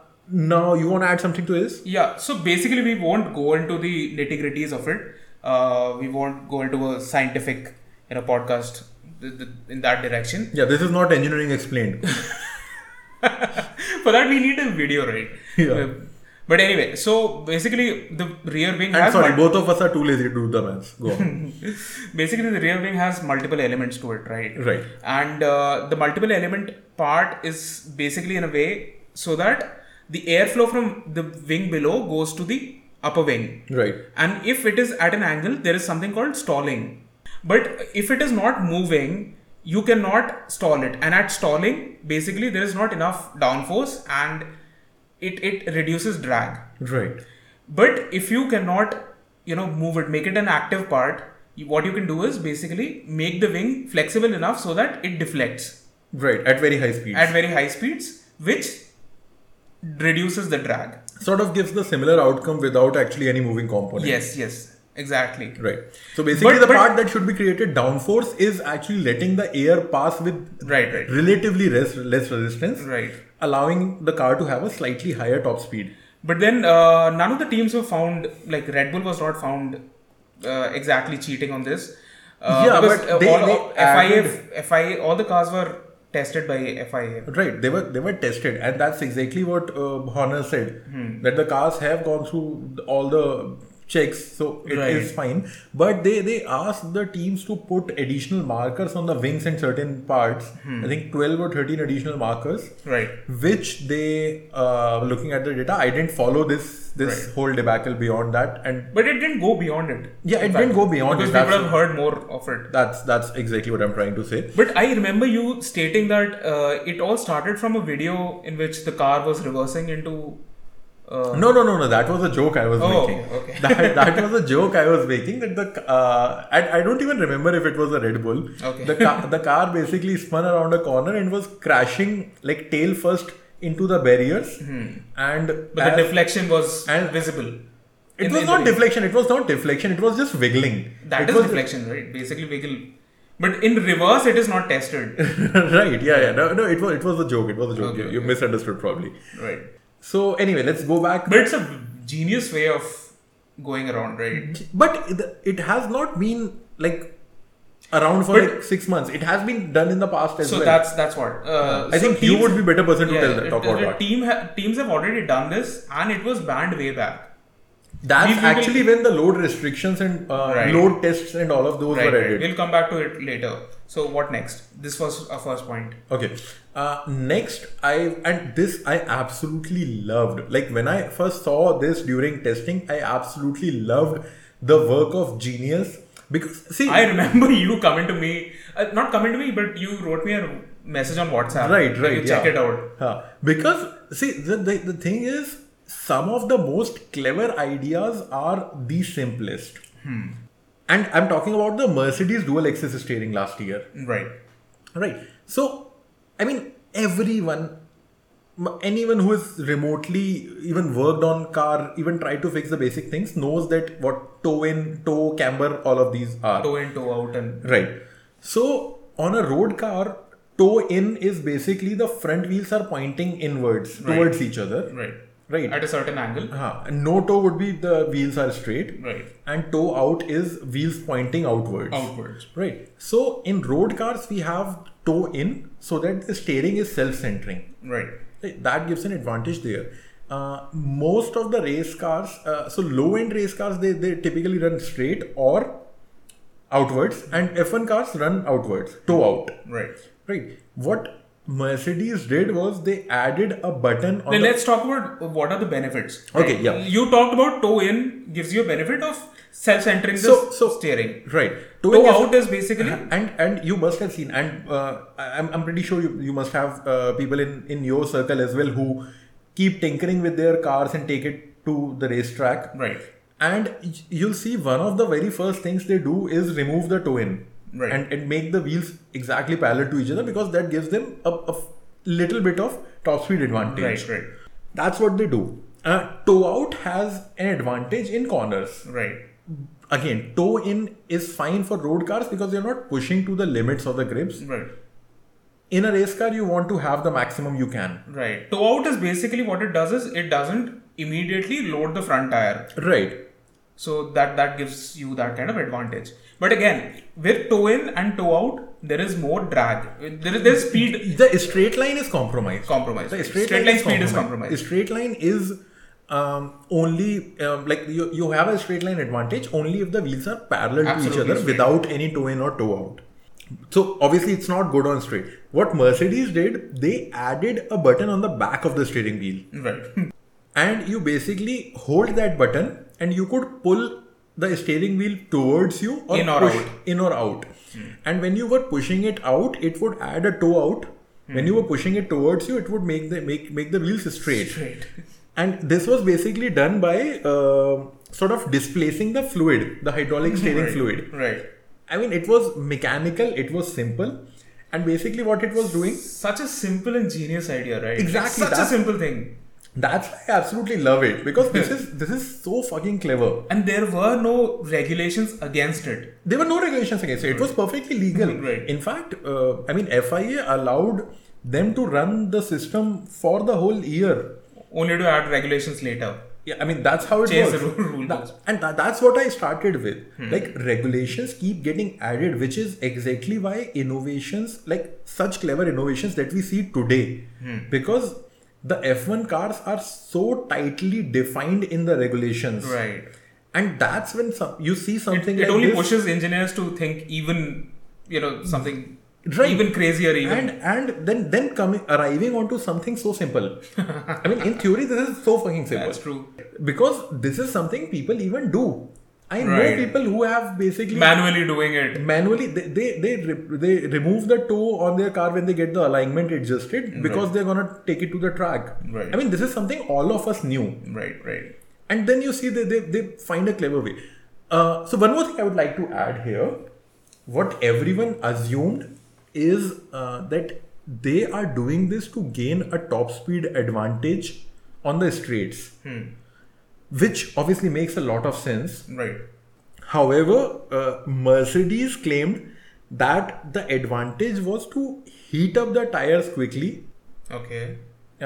Speaker 1: now, you want to add something to this?
Speaker 2: Yeah. So basically, we won't go into the nitty gritties of it. Uh, we won't go into a scientific, you know, podcast th- th- in that direction.
Speaker 1: Yeah, this is not engineering explained.
Speaker 2: For that, we need a video, right?
Speaker 1: Yeah.
Speaker 2: Uh, But anyway, so basically, the rear wing
Speaker 1: I'm
Speaker 2: has
Speaker 1: sorry,
Speaker 2: mul-
Speaker 1: both of us are too lazy to do the maths. Go on.
Speaker 2: basically the rear wing has multiple elements to it right
Speaker 1: Right.
Speaker 2: and uh, the multiple element part is basically in a way so that the airflow from the wing below goes to the upper wing
Speaker 1: right.
Speaker 2: and if it is at an angle there is something called stalling but if it is not moving you cannot stall it and at stalling basically there is not enough downforce and it it reduces drag
Speaker 1: Right.
Speaker 2: but if you cannot, you know, move it, make it an active part, you, what you can do is basically make the wing flexible enough so that it deflects
Speaker 1: Right. At very high speeds.
Speaker 2: at very high speeds, which reduces the drag.
Speaker 1: sort of gives the similar outcome without actually any moving component.
Speaker 2: Yes, yes, exactly.
Speaker 1: Right. So basically,
Speaker 2: But-
Speaker 1: the
Speaker 2: but-
Speaker 1: part that should be created downforce is actually letting the air pass with
Speaker 2: Right, right,
Speaker 1: relatively less, less resistance,
Speaker 2: right.
Speaker 1: allowing the car to have a slightly higher top speed.
Speaker 2: But then uh, none of the teams were found, like Red Bull was not found uh, exactly cheating on this. Uh,
Speaker 1: Yeah,
Speaker 2: because,
Speaker 1: but
Speaker 2: uh,
Speaker 1: they-
Speaker 2: all,
Speaker 1: they
Speaker 2: all- FIA,
Speaker 1: added-
Speaker 2: FIA, all the cars were tested by FIA.
Speaker 1: Right. They were they were tested, and that's exactly what uh, Horner said that the cars have gone through all the checks, so it is
Speaker 2: Right.
Speaker 1: fine. But they they asked the teams to put additional markers on the wings and certain parts. I think twelve or thirteen additional markers.
Speaker 2: Right.
Speaker 1: which they uh, looking at the data i didn't follow this this whole debacle beyond that and
Speaker 2: But it didn't go beyond it.
Speaker 1: Yeah,
Speaker 2: in
Speaker 1: it didn't go beyond
Speaker 2: because
Speaker 1: it,
Speaker 2: Because people have
Speaker 1: absolutely.
Speaker 2: heard more of it.
Speaker 1: that's that's exactly what i'm trying to say
Speaker 2: But I remember you stating that uh, it all started from a video in which the car was reversing into. Uh,
Speaker 1: no no no no that was a joke i was
Speaker 2: Oh,
Speaker 1: making
Speaker 2: okay.
Speaker 1: that, that was a joke i was making that the uh, I, I don't even remember if it was a red bull
Speaker 2: Okay.
Speaker 1: the, ca- the car basically spun around a corner and was crashing like tail first into the barriers and
Speaker 2: Hmm. but
Speaker 1: as-
Speaker 2: the deflection was
Speaker 1: and-
Speaker 2: visible.
Speaker 1: it
Speaker 2: in-
Speaker 1: was
Speaker 2: in
Speaker 1: not
Speaker 2: the-
Speaker 1: deflection it was not deflection it was just wiggling
Speaker 2: That
Speaker 1: It
Speaker 2: is
Speaker 1: was-
Speaker 2: deflection, right? Basically, wiggle. But in reverse, it is not tested.
Speaker 1: right yeah yeah no no it was it was a joke it was a joke
Speaker 2: Okay,
Speaker 1: you, you misunderstood probably
Speaker 2: right.
Speaker 1: so anyway let's go back
Speaker 2: But it's a genius way of going around, right?
Speaker 1: but it- it has not been like around for
Speaker 2: But-
Speaker 1: like six months it has been done in the past as
Speaker 2: So
Speaker 1: well
Speaker 2: that's that's what. Uh,
Speaker 1: i
Speaker 2: so
Speaker 1: think you
Speaker 2: teams-
Speaker 1: would be better person to
Speaker 2: Yeah,
Speaker 1: tell that
Speaker 2: it-
Speaker 1: talk about
Speaker 2: the
Speaker 1: that
Speaker 2: team ha- teams have already done this, and it was banned way back. we-
Speaker 1: that's
Speaker 2: we will-
Speaker 1: actually when the load restrictions and uh,
Speaker 2: Right.
Speaker 1: load tests and all of those
Speaker 2: Right,
Speaker 1: were
Speaker 2: right.
Speaker 1: added
Speaker 2: We'll come back to it later. So what next? This was our first point.
Speaker 1: Okay. Uh, next, I and this I absolutely loved. Like when I first saw this during testing, I absolutely loved the work of genius because see,
Speaker 2: I remember you coming to me, uh, not coming to me, but you wrote me a message on WhatsApp.
Speaker 1: right,
Speaker 2: Can
Speaker 1: right,
Speaker 2: You check
Speaker 1: yeah.
Speaker 2: it out.
Speaker 1: Huh. because see, the, the the thing is, some of the most clever ideas are the simplest.
Speaker 2: Hmm.
Speaker 1: And I'm talking about the Mercedes dual axis steering last year.
Speaker 2: Right,
Speaker 1: Right. So, I mean, everyone, m- anyone who is remotely even worked on car, even tried to fix the basic things, knows that what toe in, toe camber, all of these are.
Speaker 2: toe in, toe out, and
Speaker 1: Right. So, on a road car, toe in is basically the front wheels are pointing inwards
Speaker 2: Right.
Speaker 1: towards each other.
Speaker 2: right,
Speaker 1: Right.
Speaker 2: at a certain angle.
Speaker 1: Uh-huh. And No toe would be the wheels are straight.
Speaker 2: Right,
Speaker 1: And toe out is wheels pointing outwards.
Speaker 2: outwards.
Speaker 1: Right. So in road cars, we have toe in so that the steering is self centering.
Speaker 2: Right,
Speaker 1: That gives an advantage there. Uh, most of the race cars, uh, so low end race cars, they, they typically run straight or outwards, and F1 cars run outwards, toe out.
Speaker 2: right.
Speaker 1: Right. What Mercedes did was they added a button on the.
Speaker 2: Then let's talk about what are the benefits.
Speaker 1: Okay,
Speaker 2: Right.
Speaker 1: yeah.
Speaker 2: You talked about toe in gives you a benefit of self-centering the
Speaker 1: So- so-
Speaker 2: steering.
Speaker 1: Right.
Speaker 2: Toe
Speaker 1: is- Uh-huh.
Speaker 2: out is basically
Speaker 1: and and you must have seen and uh, I- I'm, I'm pretty sure you, you must have uh, people in in your circle as well who keep tinkering with their cars and take it to the racetrack
Speaker 2: Right.
Speaker 1: and y- you'll see one of the very first things they do is remove the toe in
Speaker 2: Right.
Speaker 1: and, and make the wheels exactly parallel to each other because that gives them a, a f- little bit of top speed advantage
Speaker 2: Right, right,
Speaker 1: that's what they do uh, toe out has an advantage in corners
Speaker 2: right.
Speaker 1: again toe in is fine for road cars because you're not pushing to the limits of the grips
Speaker 2: Right.
Speaker 1: in a race car you want to have the maximum you can
Speaker 2: Right. Toe out is basically what it does is it doesn't immediately load the front tire.
Speaker 1: right
Speaker 2: So that that gives you that kind of advantage. But again, with toe in and toe out, there is more drag. There is there's speed
Speaker 1: the straight line is compromised
Speaker 2: compromise.
Speaker 1: the
Speaker 2: straight, line, speed is compromised.
Speaker 1: straight line is um, only um, like you, you have a straight line advantage only if the wheels are parallel
Speaker 2: Absolutely
Speaker 1: to each other
Speaker 2: straight.
Speaker 1: without any toe in or toe out so obviously it's not good on straight what mercedes did they added a button on the back of the steering wheel
Speaker 2: Right.
Speaker 1: and you basically hold that button and you could pull the steering wheel towards you or
Speaker 2: In or
Speaker 1: push
Speaker 2: out.
Speaker 1: in or out and when you were pushing it out it would add a toe out when you were pushing it towards you it would make the make make the wheels straight,
Speaker 2: Straight.
Speaker 1: and this was basically done by uh, sort of displacing the fluid the hydraulic steering
Speaker 2: Hmm. Right.
Speaker 1: fluid
Speaker 2: Right.
Speaker 1: i mean it was mechanical it was simple and basically what it was doing
Speaker 2: Such a simple and genius idea, right?
Speaker 1: Exactly,
Speaker 2: Such a
Speaker 1: that's-
Speaker 2: simple thing.
Speaker 1: that's why i absolutely love it because this is this is so fucking clever
Speaker 2: And there were no regulations against it.
Speaker 1: there were no regulations against it. It was perfectly legal.
Speaker 2: Right.
Speaker 1: In fact, uh, I mean, FIA allowed them to run the system for the whole year.
Speaker 2: Only to add regulations later.
Speaker 1: Yeah, I mean, that's how it
Speaker 2: Change
Speaker 1: works.
Speaker 2: the rule- Hmm. rule
Speaker 1: That-
Speaker 2: books.
Speaker 1: and tha- that's what I started with. Like, regulations keep getting added, which is exactly why innovations, like such clever innovations that we see today,
Speaker 2: Hmm.
Speaker 1: because the F1 cars are so tightly defined in the regulations.
Speaker 2: Right.
Speaker 1: And that's when some, you see something
Speaker 2: It
Speaker 1: like
Speaker 2: only
Speaker 1: this.
Speaker 2: pushes engineers to think even, you know, something
Speaker 1: Right.
Speaker 2: even crazier even.
Speaker 1: and and then then coming arriving onto something so simple i mean in theory this is so fucking simple
Speaker 2: That's true.
Speaker 1: because this is something people even do i know
Speaker 2: Right.
Speaker 1: people who have basically
Speaker 2: Manually doing it.
Speaker 1: manually they they they, re- they remove the toe on their car when they get the alignment adjusted because they're gonna take it to the track
Speaker 2: Right.
Speaker 1: i mean this is something all of us knew
Speaker 2: Right, right.
Speaker 1: and then you see they, they, they find a clever way. Uh, so, one more thing I would like to add here what everyone assumed is uh, that they are doing this to gain a top speed advantage on the straights, which obviously makes a lot of sense.
Speaker 2: Right.
Speaker 1: However, uh, Mercedes claimed that the advantage was to heat up the tires quickly
Speaker 2: Okay.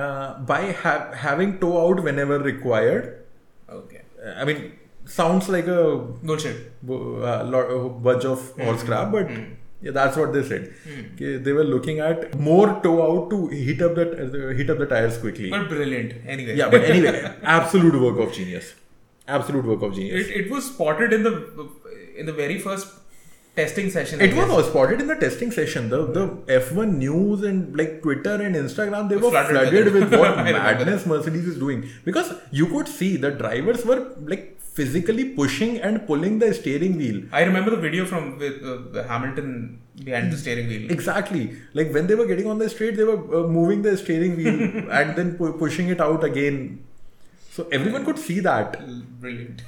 Speaker 1: uh, by ha- having toe out whenever required.
Speaker 2: Okay.
Speaker 1: I mean, sounds like a
Speaker 2: Bullshit.
Speaker 1: bu- uh, lot of bunch of
Speaker 2: Hmm.
Speaker 1: horse crap, but yeah, that's what they said. Okay, They were looking at more toe out to heat up the uh, heat up the tires quickly.
Speaker 2: But brilliant. Anyway.
Speaker 1: yeah, but anyway, absolute work of genius. Absolute work of genius.
Speaker 2: it, it was spotted in the in the very first testing session. I
Speaker 1: It was
Speaker 2: guess.
Speaker 1: all spotted in the testing session. The the F1 news and like Twitter and Instagram, they were
Speaker 2: Flooded
Speaker 1: flooded,
Speaker 2: with it.
Speaker 1: with
Speaker 2: I
Speaker 1: what
Speaker 2: remember
Speaker 1: madness Mercedes is doing because you could see the drivers were like physically pushing and pulling the steering wheel.
Speaker 2: I remember the video from with uh, the Hamilton behind the steering wheel.
Speaker 1: Exactly. Like when they were getting on the street, they were uh, moving the steering wheel and then pu- pushing it out again. So everyone could see that.
Speaker 2: Brilliant.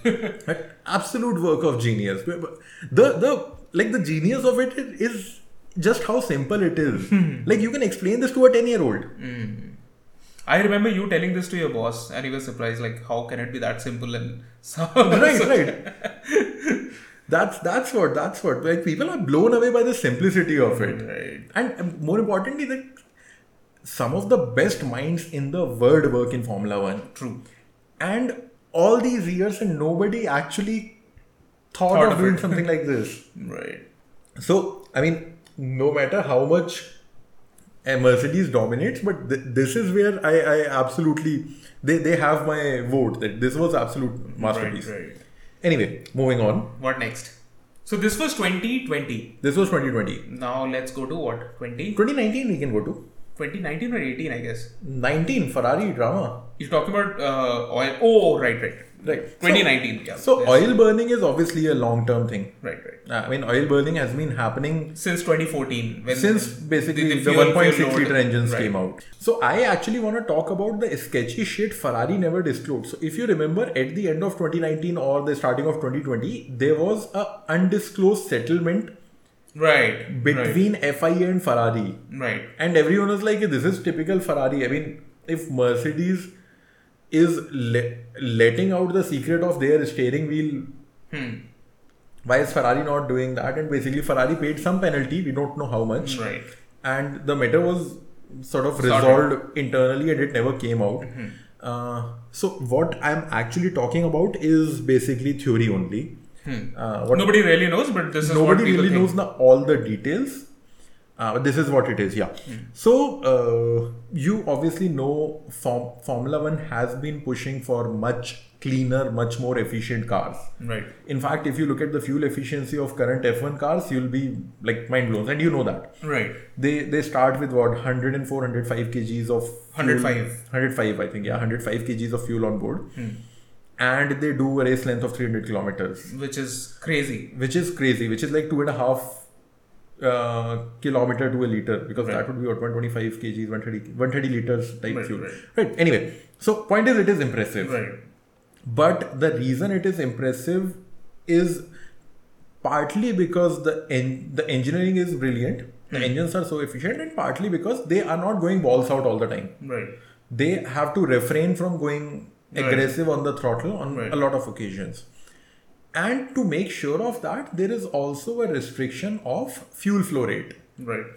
Speaker 1: But absolute work of genius. The the like the genius of it is just how simple it is. like you can explain this to a ten year old.
Speaker 2: I remember you telling this to your boss, and he was surprised. Like, how can it be that simple? And so,
Speaker 1: Right, right. That's that's what that's what like people are blown away by the simplicity of it.
Speaker 2: Right.
Speaker 1: And um, more importantly, that some of the best minds in the world work in Formula One.
Speaker 2: True.
Speaker 1: and all these years and nobody actually thought,
Speaker 2: Thought
Speaker 1: of,
Speaker 2: of
Speaker 1: doing
Speaker 2: it.
Speaker 1: something like this
Speaker 2: Right.
Speaker 1: so i mean no matter how much uh, mercedes dominates but th- this is where i, I absolutely they, they have my vote that this was absolute masterpiece
Speaker 2: Right. Right.
Speaker 1: anyway moving on
Speaker 2: What next? So this was 2020.
Speaker 1: this was 2020
Speaker 2: Now let's go to what 20.
Speaker 1: 2019 we can go to
Speaker 2: 2019 or 18, I guess.
Speaker 1: 19 Ferrari drama.
Speaker 2: You're talking about uh, oil. Oh, right, right.
Speaker 1: Right. So-
Speaker 2: 2019. yeah.
Speaker 1: So
Speaker 2: Yes.
Speaker 1: oil burning is obviously a long term thing. Uh,
Speaker 2: Right, right.
Speaker 1: I mean, oil burning has been happening
Speaker 2: Since 2014, when
Speaker 1: since basically the,
Speaker 2: fuel- fuel
Speaker 1: 1.6
Speaker 2: load-
Speaker 1: liter engines
Speaker 2: right.
Speaker 1: came out. So I actually want to talk about the sketchy shit Ferrari never disclosed. So if you remember, at the end of 2019 or the starting of 2020, there was a undisclosed settlement
Speaker 2: Right. Right.
Speaker 1: between FIA and Ferrari,
Speaker 2: right.
Speaker 1: and everyone was like, "This is typical Ferrari." I mean, if Mercedes is le- letting out the secret of their steering wheel.
Speaker 2: Hmm.
Speaker 1: Why is Ferrari not doing that? And basically, Ferrari paid some penalty. We don't know how much
Speaker 2: Right.
Speaker 1: and the matter was sort of
Speaker 2: Sorted.
Speaker 1: resolved internally and it never came out. Uh, so what I'm actually talking about is basically theory only. Uh, what
Speaker 2: Nobody really knows, but this is what
Speaker 1: nobody
Speaker 2: people
Speaker 1: really
Speaker 2: think.
Speaker 1: knows the, all the details. Uh, but this is what it is, yeah. So uh, you obviously know Form- Formula One has been pushing for much cleaner, much more efficient cars.
Speaker 2: Right.
Speaker 1: In fact, if you look at the fuel efficiency of current F1 cars, you'll be like mind blown, and you know that
Speaker 2: Right.
Speaker 1: they they start with what 100 and 405 kgs of fuel-
Speaker 2: 105.
Speaker 1: 105 i think yeah 105 kgs of fuel on board
Speaker 2: Hmm.
Speaker 1: and they do a race length of 300 kilometers
Speaker 2: Which is crazy.
Speaker 1: which is crazy which is like two and a half uh, kilometer to a liter because that would be what 125 kgs 130 130 liters type
Speaker 2: Right,
Speaker 1: fuel
Speaker 2: right.
Speaker 1: right anyway so point is it is impressive
Speaker 2: Right.
Speaker 1: but the reason it is impressive is partly because the en- the engineering is brilliant. The
Speaker 2: Hmm.
Speaker 1: engines are so efficient, and partly because they are not going balls out all the time.
Speaker 2: Right.
Speaker 1: They have to refrain from going
Speaker 2: Right.
Speaker 1: aggressive on the throttle on
Speaker 2: Right.
Speaker 1: a lot of occasions. And to make sure of that, there is also a restriction of fuel flow rate.
Speaker 2: Right.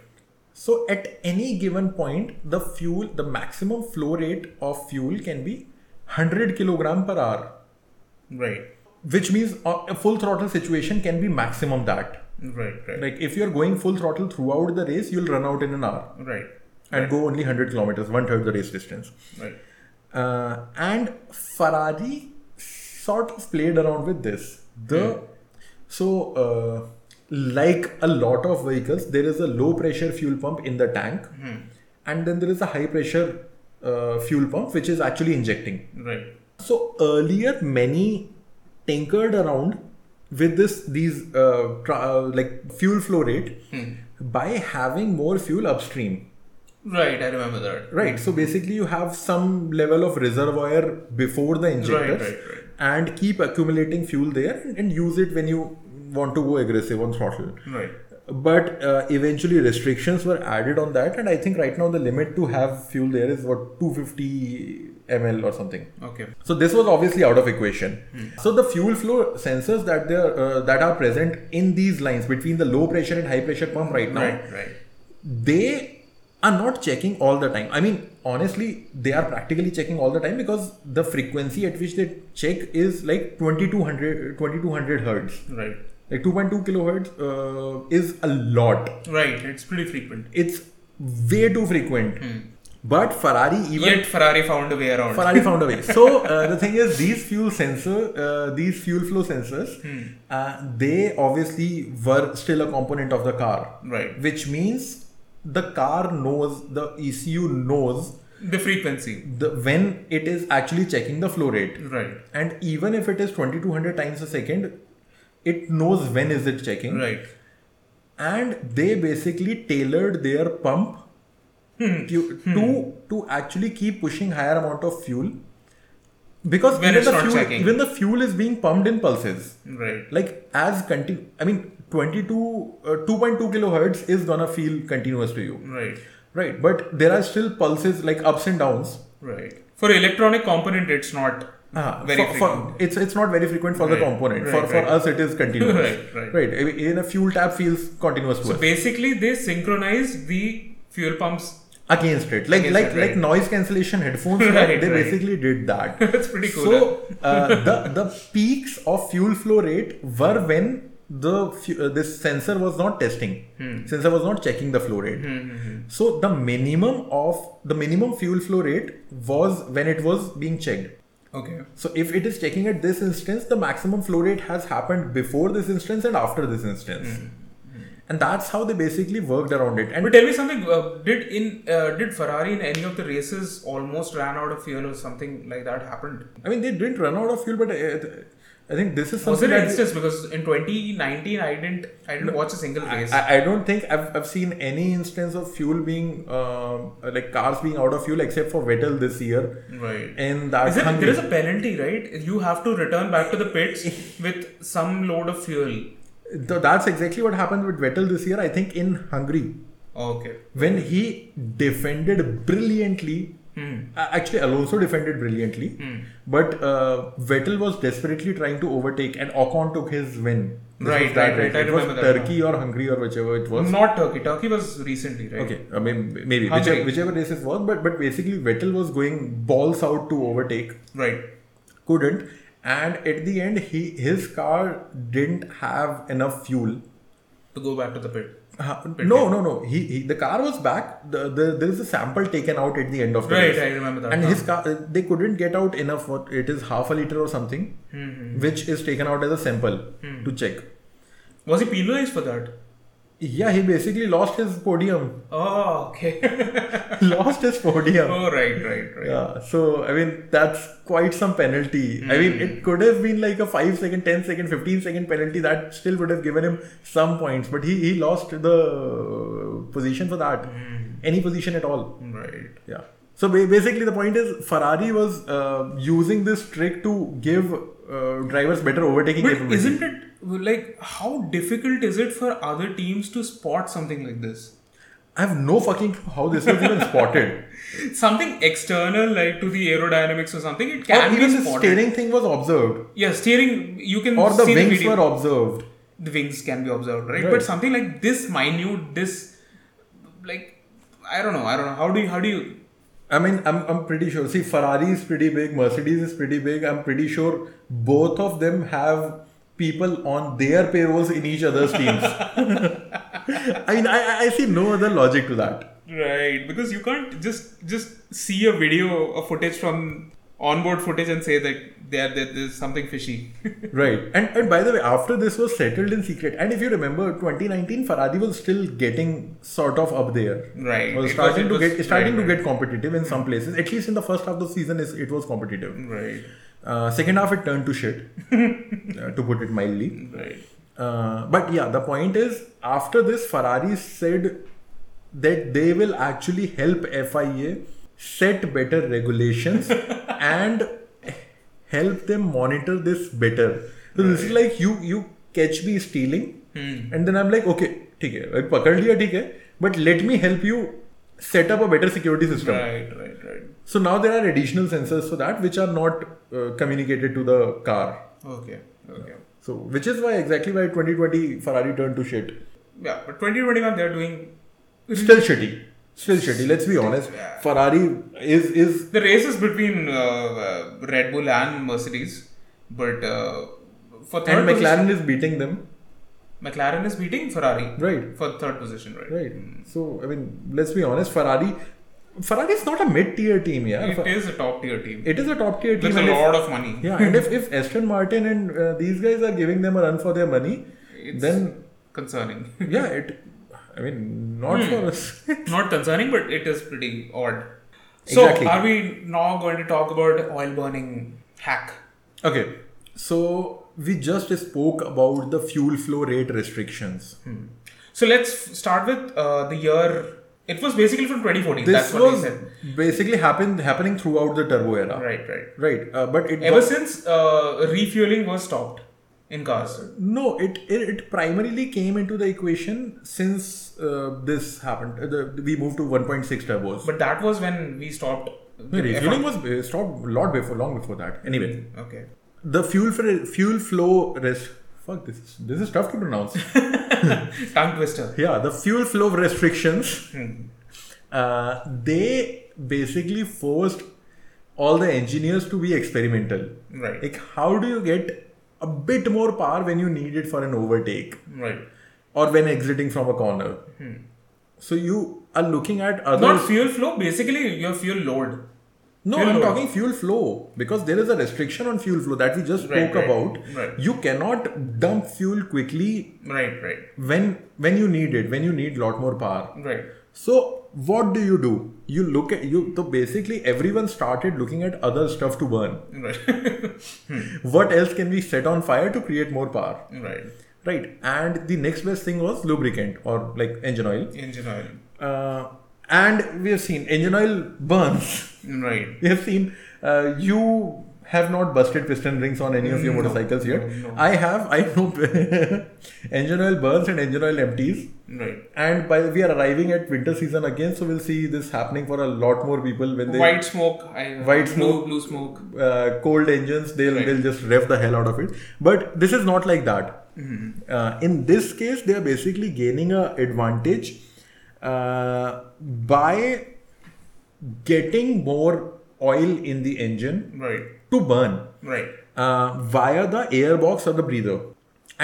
Speaker 1: So at any given point, the fuel, the maximum flow rate of fuel can be 100 kilogram per hour
Speaker 2: Right.
Speaker 1: which means uh, a full throttle situation can be maximum that
Speaker 2: Right. Right.
Speaker 1: like if you're going full throttle throughout the race you'll run out in an hour
Speaker 2: Right.
Speaker 1: and go only 100 kilometers one third the race distance
Speaker 2: Right.
Speaker 1: uh, and ferrari sort of played around with this the so uh, like a lot of vehicles there is a low pressure fuel pump in the tank and then there is a high pressure uh, fuel pump which is actually injecting
Speaker 2: Right.
Speaker 1: so earlier, many tinkered around with this these uh, tra- uh, like fuel flow rate
Speaker 2: Hmm.
Speaker 1: by having more fuel upstream.
Speaker 2: Right. I remember that.
Speaker 1: Right. So basically, you have some level of reservoir before the injectors,
Speaker 2: right, right.
Speaker 1: and keep accumulating fuel there and, and use it when you want to go aggressive on throttle.
Speaker 2: Right.
Speaker 1: But uh, eventually, restrictions were added on that, and I think right now the limit to have fuel there is what 250 ml or something.
Speaker 2: Okay.
Speaker 1: So this was obviously out of equation.
Speaker 2: Hmm.
Speaker 1: So the fuel flow sensors that they are, uh, that are present in these lines between the low pressure and high pressure pump right now,
Speaker 2: Right. Right.
Speaker 1: they are not checking all the time. I mean, honestly, they are practically checking all the time because the frequency at which they check is like 2200 2200 hertz.
Speaker 2: Right.
Speaker 1: Like 2.2 kilohertz uh, is a lot.
Speaker 2: Right. It's pretty frequent.
Speaker 1: It's way too frequent. But Ferrari even
Speaker 2: Hmm. Yet Ferrari found a way around.
Speaker 1: Ferrari found a way. So uh, the thing is, these fuel sensor, uh, these fuel flow sensors,
Speaker 2: Hmm.
Speaker 1: uh, they obviously were still a component of the car,
Speaker 2: Right.
Speaker 1: which means the car knows, the ECU knows
Speaker 2: The frequency.
Speaker 1: the when it is actually checking the flow rate,
Speaker 2: Right.
Speaker 1: and even if it is 2200 times a second, it knows when is it checking,
Speaker 2: Right.
Speaker 1: and they basically tailored their pump
Speaker 2: Hmm.
Speaker 1: to, to to actually keep pushing higher amount of fuel because
Speaker 2: When
Speaker 1: even
Speaker 2: it's
Speaker 1: the
Speaker 2: not
Speaker 1: fuel
Speaker 2: checking.
Speaker 1: even the fuel is being pumped in pulses
Speaker 2: Right.
Speaker 1: like as continu- i mean 22 uh, 2.2 kilohertz is gonna feel continuous to you
Speaker 2: Right.
Speaker 1: right but there are still pulses like ups and downs
Speaker 2: Right. For electronic component, it's not
Speaker 1: Ah,
Speaker 2: very
Speaker 1: for,
Speaker 2: frequent.
Speaker 1: for, it's it's not very frequent for the
Speaker 2: Right,
Speaker 1: component.
Speaker 2: right,
Speaker 1: for for
Speaker 2: right.
Speaker 1: us, it is continuous.
Speaker 2: Right, right.
Speaker 1: right. In a fuel tap feels continuous to us.
Speaker 2: So basically, they synchronized the fuel pumps.
Speaker 1: against it like
Speaker 2: Against
Speaker 1: like
Speaker 2: it,
Speaker 1: like
Speaker 2: right.
Speaker 1: noise cancellation headphones
Speaker 2: Right,
Speaker 1: like, they
Speaker 2: right.
Speaker 1: basically did that
Speaker 2: That's pretty cool,
Speaker 1: so uh, the the peaks of fuel flow rate
Speaker 2: Hmm.
Speaker 1: were when the fu- uh, this sensor was not testing
Speaker 2: Hmm.
Speaker 1: sensor was not checking the flow rate so the minimum of the minimum fuel flow rate was when it was being checked
Speaker 2: Okay.
Speaker 1: so if it is checking at
Speaker 2: Hmm.
Speaker 1: this instance, the maximum flow rate has happened before this instance and after this instance. and that's how they basically worked around it. And
Speaker 2: But tell me something. Uh, did in uh, did Ferrari in any of the races almost ran out of fuel or something like that happened?
Speaker 1: I mean, they didn't run out of fuel, but I, I think this is
Speaker 2: Was
Speaker 1: something
Speaker 2: it an
Speaker 1: that
Speaker 2: instance because in 2019 I didn't I didn't watch a single race.
Speaker 1: I, I don't think I've, I've seen any instance of fuel being um, like cars being out of fuel except for Vettel this year.
Speaker 2: right.
Speaker 1: And that
Speaker 2: Is it,
Speaker 1: Hungary.
Speaker 2: there is a penalty, right? You have to return back to the pits with some load of fuel.
Speaker 1: Th- that's exactly what happened with Vettel this year. I think in Hungary
Speaker 2: Okay.
Speaker 1: when he defended brilliantly.
Speaker 2: Hmm.
Speaker 1: a- Actually, Alonso defended brilliantly, but uh, Vettel was desperately trying to overtake, and Ocon took his win. This
Speaker 2: Right,
Speaker 1: was that
Speaker 2: right, right.
Speaker 1: race.
Speaker 2: I
Speaker 1: It was
Speaker 2: remember that
Speaker 1: Turkey or Hungary or whichever it was.
Speaker 2: Not Turkey. Turkey was recently, right?
Speaker 1: Okay, I mean maybe
Speaker 2: Hungary.
Speaker 1: whichever, whichever race it was, but but basically Vettel was going balls out to overtake,
Speaker 2: Right.
Speaker 1: couldn't, and at the end he his car didn't have enough fuel.
Speaker 2: To go back to the pit.
Speaker 1: Uh, no, no, no. He, he the car was back. The, the there is a sample taken out at the end of the
Speaker 2: Right,
Speaker 1: race.
Speaker 2: I remember that Uh-huh.
Speaker 1: And
Speaker 2: now.
Speaker 1: his car, uh, they couldn't get out enough. What it is half a liter or something,
Speaker 2: Mm-hmm.
Speaker 1: which is taken out as a sample
Speaker 2: Hmm.
Speaker 1: to check.
Speaker 2: Was he penalized for that?
Speaker 1: Yeah, he basically lost his podium.
Speaker 2: Oh, okay.
Speaker 1: lost his podium.
Speaker 2: oh, right, right, right.
Speaker 1: Yeah, so I mean that's quite some penalty. I mean
Speaker 2: Hmm.
Speaker 1: it could have been like a 5 second, 10 second, 15 second penalty that still would have given him some points, but he, he lost the uh, position for that.
Speaker 2: Hmm.
Speaker 1: Any position at all.
Speaker 2: Right.
Speaker 1: Yeah. So ba- basically the point is Ferrari was uh, using this trick to give uh, drivers better overtaking
Speaker 2: But
Speaker 1: capability.
Speaker 2: isn't it like how difficult is it for other teams to spot something like this?
Speaker 1: I have no fucking clue how this was even spotted.
Speaker 2: Something external, like to the aerodynamics or something, it
Speaker 1: Or
Speaker 2: can be
Speaker 1: even the
Speaker 2: spotted.
Speaker 1: steering thing was observed.
Speaker 2: Yeah, steering. You can
Speaker 1: Or the
Speaker 2: see the
Speaker 1: wings
Speaker 2: video.
Speaker 1: were observed.
Speaker 2: the wings can be observed, right?
Speaker 1: Right.
Speaker 2: But something like this minute, this like I don't know, I don't know. How do you how do you
Speaker 1: I mean, I'm, I'm pretty sure. See, Ferrari is pretty big, Mercedes is pretty big. I'm pretty sure both of them have people on their payrolls in each other's teams. I mean, I, I- I see no other logic to that.
Speaker 2: Right, because you can't just just see a video or footage from onboard footage and say that there there- there's something fishy.
Speaker 1: Right. And, and by the way, after this was settled in secret, and if you remember, 2019 Ferrari was still getting sort of up there.
Speaker 2: Right. It
Speaker 1: Was
Speaker 2: was-
Speaker 1: starting
Speaker 2: it
Speaker 1: to
Speaker 2: was-
Speaker 1: get starting
Speaker 2: right,
Speaker 1: to
Speaker 2: right.
Speaker 1: get competitive in some places. At least in the first half of the season, is it was competitive.
Speaker 2: right.
Speaker 1: Uh, second half, it turned to shit, uh, to put it mildly.
Speaker 2: Right.
Speaker 1: Uh, but yeah, the point is, after this, Ferrari said that they will actually help FIA set better regulations and help them monitor this better. So this is like you you catch me stealing, and then I'm like, okay, ठीक है, I पकड़ लिया ठीक है, but let me help you set up a better security system.
Speaker 2: Right, right, right.
Speaker 1: So now there are additional sensors for that which are not uh, communicated to the car.
Speaker 2: Okay. Okay.
Speaker 1: So, which is why exactly why 2020 Ferrari turned to shit.
Speaker 2: Yeah, but 2021 they're doing
Speaker 1: Still shitty. Still shitty. Let's be honest.
Speaker 2: yeah.
Speaker 1: Ferrari is is
Speaker 2: the races between uh, uh, Red Bull and Mercedes, but uh, for third
Speaker 1: and
Speaker 2: position-
Speaker 1: McLaren is beating them.
Speaker 2: McLaren is beating Ferrari
Speaker 1: Right.
Speaker 2: for third position, right?
Speaker 1: Right. So I mean, let's be honest. Ferrari, Ferrari is not a mid-tier team. Yeah,
Speaker 2: It is a top tier team.
Speaker 1: it is a top-tier team.
Speaker 2: With a
Speaker 1: and if-
Speaker 2: lot of money.
Speaker 1: yeah, and if if Aston Martin and uh, these guys are giving them a run for their money,
Speaker 2: It's
Speaker 1: then
Speaker 2: concerning.
Speaker 1: yeah, it. I mean, not
Speaker 2: Hmm.
Speaker 1: for us.
Speaker 2: Not concerning, but it is pretty odd.
Speaker 1: Exactly.
Speaker 2: So, are we now going to talk about oil burning hack?
Speaker 1: Okay, so we just spoke about the fuel flow rate restrictions.
Speaker 2: Hmm. So, let's f- start with uh, the year. It was basically from 2014.
Speaker 1: This
Speaker 2: That's what
Speaker 1: was
Speaker 2: they said.
Speaker 1: basically happened happening throughout the turbo era, right?
Speaker 2: Right, right.
Speaker 1: Uh, but it
Speaker 2: Ever
Speaker 1: was,
Speaker 2: since uh, refueling was stopped in cars.
Speaker 1: no, it, it it primarily came into the equation since uh, this happened. Uh, the, we moved to 1.6 turbos.
Speaker 2: But that was when we stopped.
Speaker 1: the refueling was uh, stopped a lot before, long before that. Anyway,
Speaker 2: Okay.
Speaker 1: the fuel fr- fuel flow rest. Fuck this is this is tough to pronounce.
Speaker 2: Tongue twister.
Speaker 1: yeah, the fuel flow restrictions.
Speaker 2: Hmm.
Speaker 1: Uh, they basically forced all the engineers to be experimental.
Speaker 2: Right.
Speaker 1: Like, how do you get a bit more power when you need it for an overtake
Speaker 2: Right.
Speaker 1: or when exiting from a corner?
Speaker 2: Hmm.
Speaker 1: So you are looking at other
Speaker 2: Not fuel flow, basically your fuel load.
Speaker 1: No,
Speaker 2: Fuel
Speaker 1: I'm
Speaker 2: load.
Speaker 1: talking fuel flow because there is a restriction on fuel flow that we just
Speaker 2: Right,
Speaker 1: spoke
Speaker 2: right,
Speaker 1: about.
Speaker 2: right.
Speaker 1: You cannot dump fuel quickly
Speaker 2: Right, right,
Speaker 1: when when you need it, when you need lot more power.
Speaker 2: right.
Speaker 1: So what do you do? You look at you. So basically, everyone started looking at other stuff to burn.
Speaker 2: Right, Hmm.
Speaker 1: What else can we set on fire to create more power?
Speaker 2: right.
Speaker 1: Right. And the next best thing was lubricant or like engine oil.
Speaker 2: Engine oil.
Speaker 1: Uh, and we have seen engine oil burns.
Speaker 2: Right.
Speaker 1: We have seen uh, you have not busted piston rings on any of your motorcycles yet. I have. I know engine oil burns and engine oil empties.
Speaker 2: Right.
Speaker 1: And by we are arriving at winter season again, so we'll see this happening for a lot more people when they
Speaker 2: White smoke. I,
Speaker 1: White
Speaker 2: blue,
Speaker 1: smoke.
Speaker 2: Blue smoke.
Speaker 1: uh, cold engines. They'll
Speaker 2: Right.
Speaker 1: they'll just rev the hell out of it. But this is not like that.
Speaker 2: Mm-hmm.
Speaker 1: Uh, in this case, they are basically gaining a advantage uh, by getting more oil in the engine
Speaker 2: Right.
Speaker 1: to burn
Speaker 2: Right.
Speaker 1: uh, via the airbox or the breather.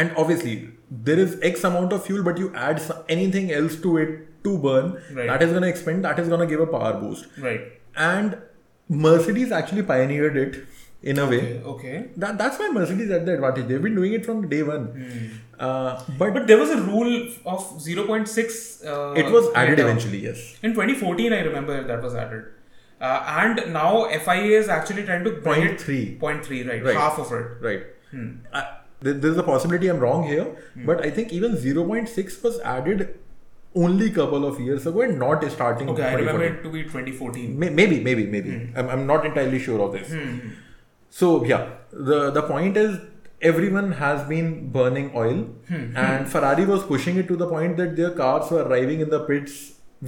Speaker 1: And obviously, there is X amount of fuel, but you add so- anything else to it to burn.
Speaker 2: Right.
Speaker 1: That is going to expand, that is going to give a power boost.
Speaker 2: Right.
Speaker 1: And Mercedes actually pioneered it in a way.
Speaker 2: Okay.
Speaker 1: That, that's why Mercedes had the advantage. They've been doing it from day one. Uh, but,
Speaker 2: Hmm. But there was a rule of 0.6. Uh,
Speaker 1: it was added
Speaker 2: liter.
Speaker 1: eventually, yes.
Speaker 2: In 2014, I remember that was added. Uh, and now FIA is actually trying to bring it
Speaker 1: 0.3.
Speaker 2: 0.3, right,
Speaker 1: Right.
Speaker 2: Half of it.
Speaker 1: Right.
Speaker 2: Hmm.
Speaker 1: I- there- there's a possibility I'm wrong here, but I think even 0.6 was added only couple of years ago and not starting.
Speaker 2: Okay, I
Speaker 1: 2014.
Speaker 2: remember it to be 2014.
Speaker 1: May- maybe maybe maybe
Speaker 2: Hmm.
Speaker 1: I'm, I'm not entirely sure of this so yeah the the point is everyone has been burning oil
Speaker 2: Hmm.
Speaker 1: and ferrari was pushing it to the point that their cars were arriving in the pits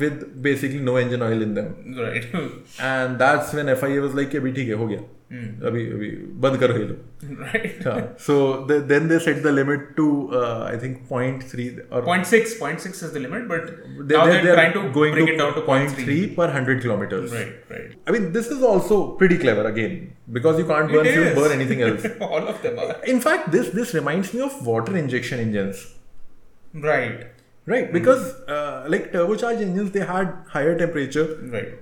Speaker 1: with basically no engine oil in them
Speaker 2: Right.
Speaker 1: and that's when fia was like abhi theek hai ho gaya
Speaker 2: Hmm.
Speaker 1: abhi abhi band karo ye log."
Speaker 2: right.
Speaker 1: Yeah. so the, then they set the limit to uh, i think 0.3 or
Speaker 2: 0.6. 0.6 is the limit, but
Speaker 1: they-
Speaker 2: now
Speaker 1: they're-
Speaker 2: they're,
Speaker 1: they're
Speaker 2: trying to
Speaker 1: going
Speaker 2: bring
Speaker 1: to
Speaker 2: it down to 0.3.
Speaker 1: 0.3 per 100 kilometers
Speaker 2: Right, right.
Speaker 1: I mean, this is also pretty clever again because you can't burn
Speaker 2: It
Speaker 1: fuel,
Speaker 2: is.
Speaker 1: burn anything else.
Speaker 2: All of them are.
Speaker 1: In fact, this this reminds me of water injection engines,
Speaker 2: Right,
Speaker 1: right? Because uh, like turbocharged engines, they had higher temperature.
Speaker 2: right.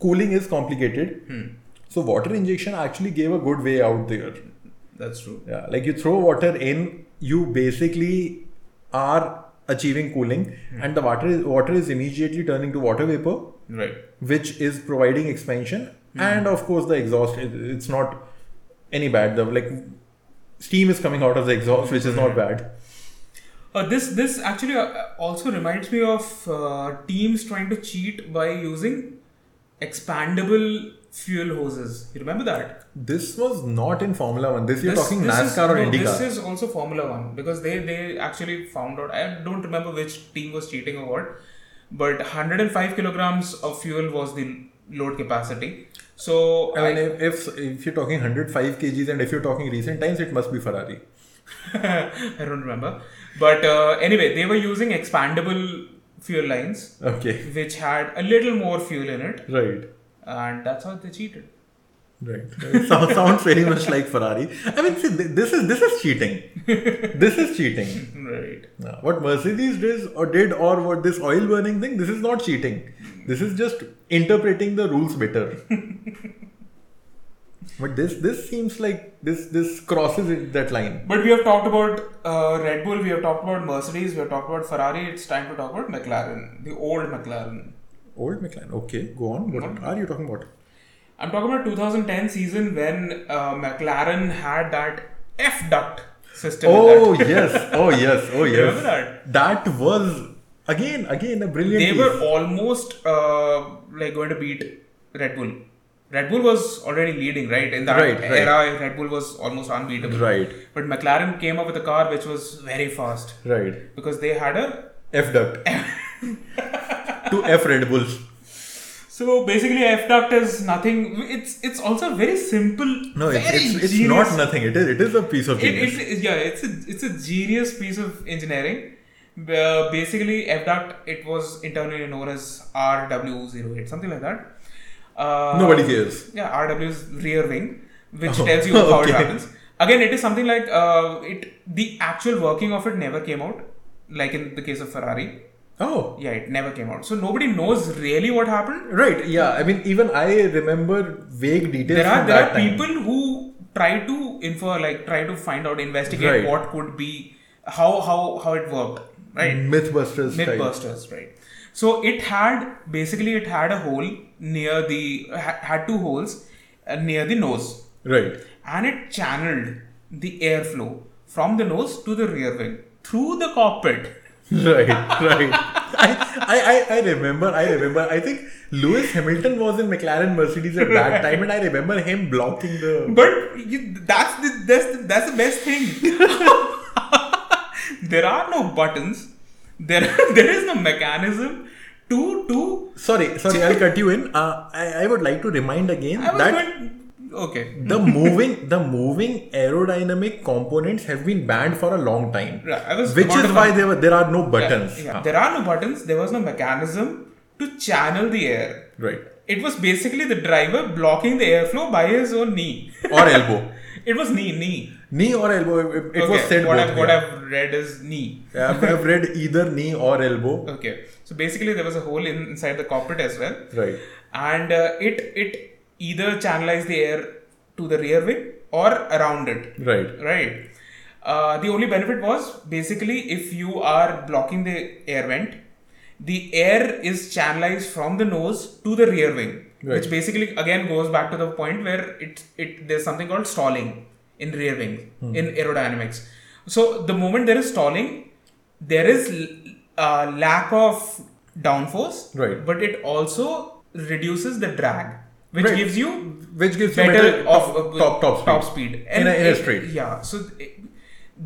Speaker 1: Cooling is complicated, so water injection actually gave a good way out there.
Speaker 2: That's true.
Speaker 1: Yeah, like you throw water in, you basically are achieving cooling, and the water is, water is immediately turning to water vapor,
Speaker 2: Right.
Speaker 1: which is providing expansion
Speaker 2: Hmm.
Speaker 1: and of course the exhaust it, it's not any bad the like steam is coming out of the exhaust which is not
Speaker 2: Hmm.
Speaker 1: bad
Speaker 2: Uh, this this actually uh, also reminds me of uh, teams trying to cheat by using expandable fuel hoses. You remember that?
Speaker 1: this was not in formula 1 this you're
Speaker 2: This-
Speaker 1: talking
Speaker 2: this
Speaker 1: nascar
Speaker 2: is-
Speaker 1: or
Speaker 2: no, This
Speaker 1: indycar
Speaker 2: is also Formula One because they they actually found out. I don't remember which team was cheating or what, but 105 kilograms of fuel was the load capacity. So
Speaker 1: i mean if, if if you're talking 105 kgs and if you're talking recent times it must be ferrari
Speaker 2: I don't remember. But uh, anyway, they were using expandable fuel lines,
Speaker 1: okay
Speaker 2: which had a little more fuel in it,
Speaker 1: right
Speaker 2: and that's how they cheated.
Speaker 1: Right. It sounds, sounds very much like Ferrari. I mean, see, th- this is this is cheating. This is cheating.
Speaker 2: Right.
Speaker 1: Yeah. What Mercedes did or did or what this oil burning thing, this is not cheating. This is just interpreting the rules better. but this this seems like this this crosses it- that line.
Speaker 2: But we have talked about uh, Red Bull, we have talked about Mercedes, we have talked about Ferrari. It's time to talk about McLaren, the old McLaren.
Speaker 1: Old McLaren. Okay, go on. What are you talking about?
Speaker 2: I'm talking about 2010 season when uh, McLaren had that F duct system. in
Speaker 1: Oh
Speaker 2: that.
Speaker 1: yes. Oh yes. Oh yes.
Speaker 2: Remember that?
Speaker 1: That was again again a brilliant.
Speaker 2: they
Speaker 1: piece.
Speaker 2: were almost uh, like going to beat Red Bull. Red Bull was already leading, right? In that
Speaker 1: Right, right.
Speaker 2: era, Red Bull was almost unbeatable.
Speaker 1: Right.
Speaker 2: But McLaren came up with a car which was very fast
Speaker 1: right.
Speaker 2: because they had a.
Speaker 1: F duct. to F Red Bulls.
Speaker 2: So basically, F duct is nothing. It's it's also a very simple.
Speaker 1: No, it's
Speaker 2: very
Speaker 1: it's, it's
Speaker 2: genius-
Speaker 1: not nothing. It is it is a piece of
Speaker 2: It,
Speaker 1: genius.
Speaker 2: it's yeah, it's a, it's a genius piece of engineering. Uh, basically, FDuct, it was internally known as RW08, something like that. Uh,
Speaker 1: Nobody cares.
Speaker 2: Yeah, RW's rear wing, which
Speaker 1: Oh,
Speaker 2: tells you how
Speaker 1: okay.
Speaker 2: it happens. Again, it is something like uh, it. The actual working of it never came out, like in the case of Ferrari.
Speaker 1: Oh,
Speaker 2: Yeah, it never came out. So nobody knows really what happened.
Speaker 1: right. Yeah. I mean, even I remember vague details.
Speaker 2: There are
Speaker 1: from
Speaker 2: there
Speaker 1: that
Speaker 2: are
Speaker 1: time.
Speaker 2: people who try to infer, like try to find out, investigate
Speaker 1: Right.
Speaker 2: what could be how how how it worked. Right.
Speaker 1: Mm-hmm. Mythbusters. type.
Speaker 2: Mythbusters, right? So it had basically it had a hole near the ha- had two holes uh, near the nose,
Speaker 1: Right.
Speaker 2: and it channeled the airflow from the nose to the rear wing through the cockpit.
Speaker 1: Right. Right. I, I, I, I remember. I remember. I think Lewis Hamilton was in McLaren Mercedes at that time, and I remember him blocking the.
Speaker 2: But you, that's the that's the, that's the best thing. there are no buttons. There there is no mechanism to to.
Speaker 1: Sorry, sorry. I'll cut you in. Uh, I, I would like to remind again
Speaker 2: I was
Speaker 1: that
Speaker 2: going, okay.
Speaker 1: the moving the moving aerodynamic components have been banned for a long time
Speaker 2: Yeah, I was
Speaker 1: which
Speaker 2: about
Speaker 1: is
Speaker 2: to
Speaker 1: why
Speaker 2: come-
Speaker 1: there were there are no buttons Ah,
Speaker 2: Yeah,
Speaker 1: Huh.
Speaker 2: there are no buttons. There was no mechanism to channel the air.
Speaker 1: right
Speaker 2: It was basically the driver blocking the airflow by his own knee.
Speaker 1: or elbow
Speaker 2: It was knee, knee.
Speaker 1: knee or elbow it, it was said
Speaker 2: what,
Speaker 1: both
Speaker 2: I've, what
Speaker 1: yeah.
Speaker 2: I've read is knee.
Speaker 1: Yeah, I've, I've read either knee or elbow
Speaker 2: Okay, so basically there was a hole in, inside the cockpit as well,
Speaker 1: right
Speaker 2: and uh, it it either channelized the air to the rear wing or around it.
Speaker 1: right
Speaker 2: Right. Uh, the only benefit was basically if you are blocking the air vent, the air is channelized from the nose to the rear wing, which
Speaker 1: Right.
Speaker 2: basically again goes back to the point where it it there's something called stalling in rear wing
Speaker 1: Hmm.
Speaker 2: in aerodynamics. So the moment there is stalling, there is l- uh, lack of downforce,
Speaker 1: Right.
Speaker 2: But it also reduces the drag, which
Speaker 1: Right.
Speaker 2: gives you
Speaker 1: which gives you
Speaker 2: better
Speaker 1: better
Speaker 2: off
Speaker 1: top top, top speed,
Speaker 2: And
Speaker 1: in a, in a
Speaker 2: it-
Speaker 1: straight
Speaker 2: Yeah, so it-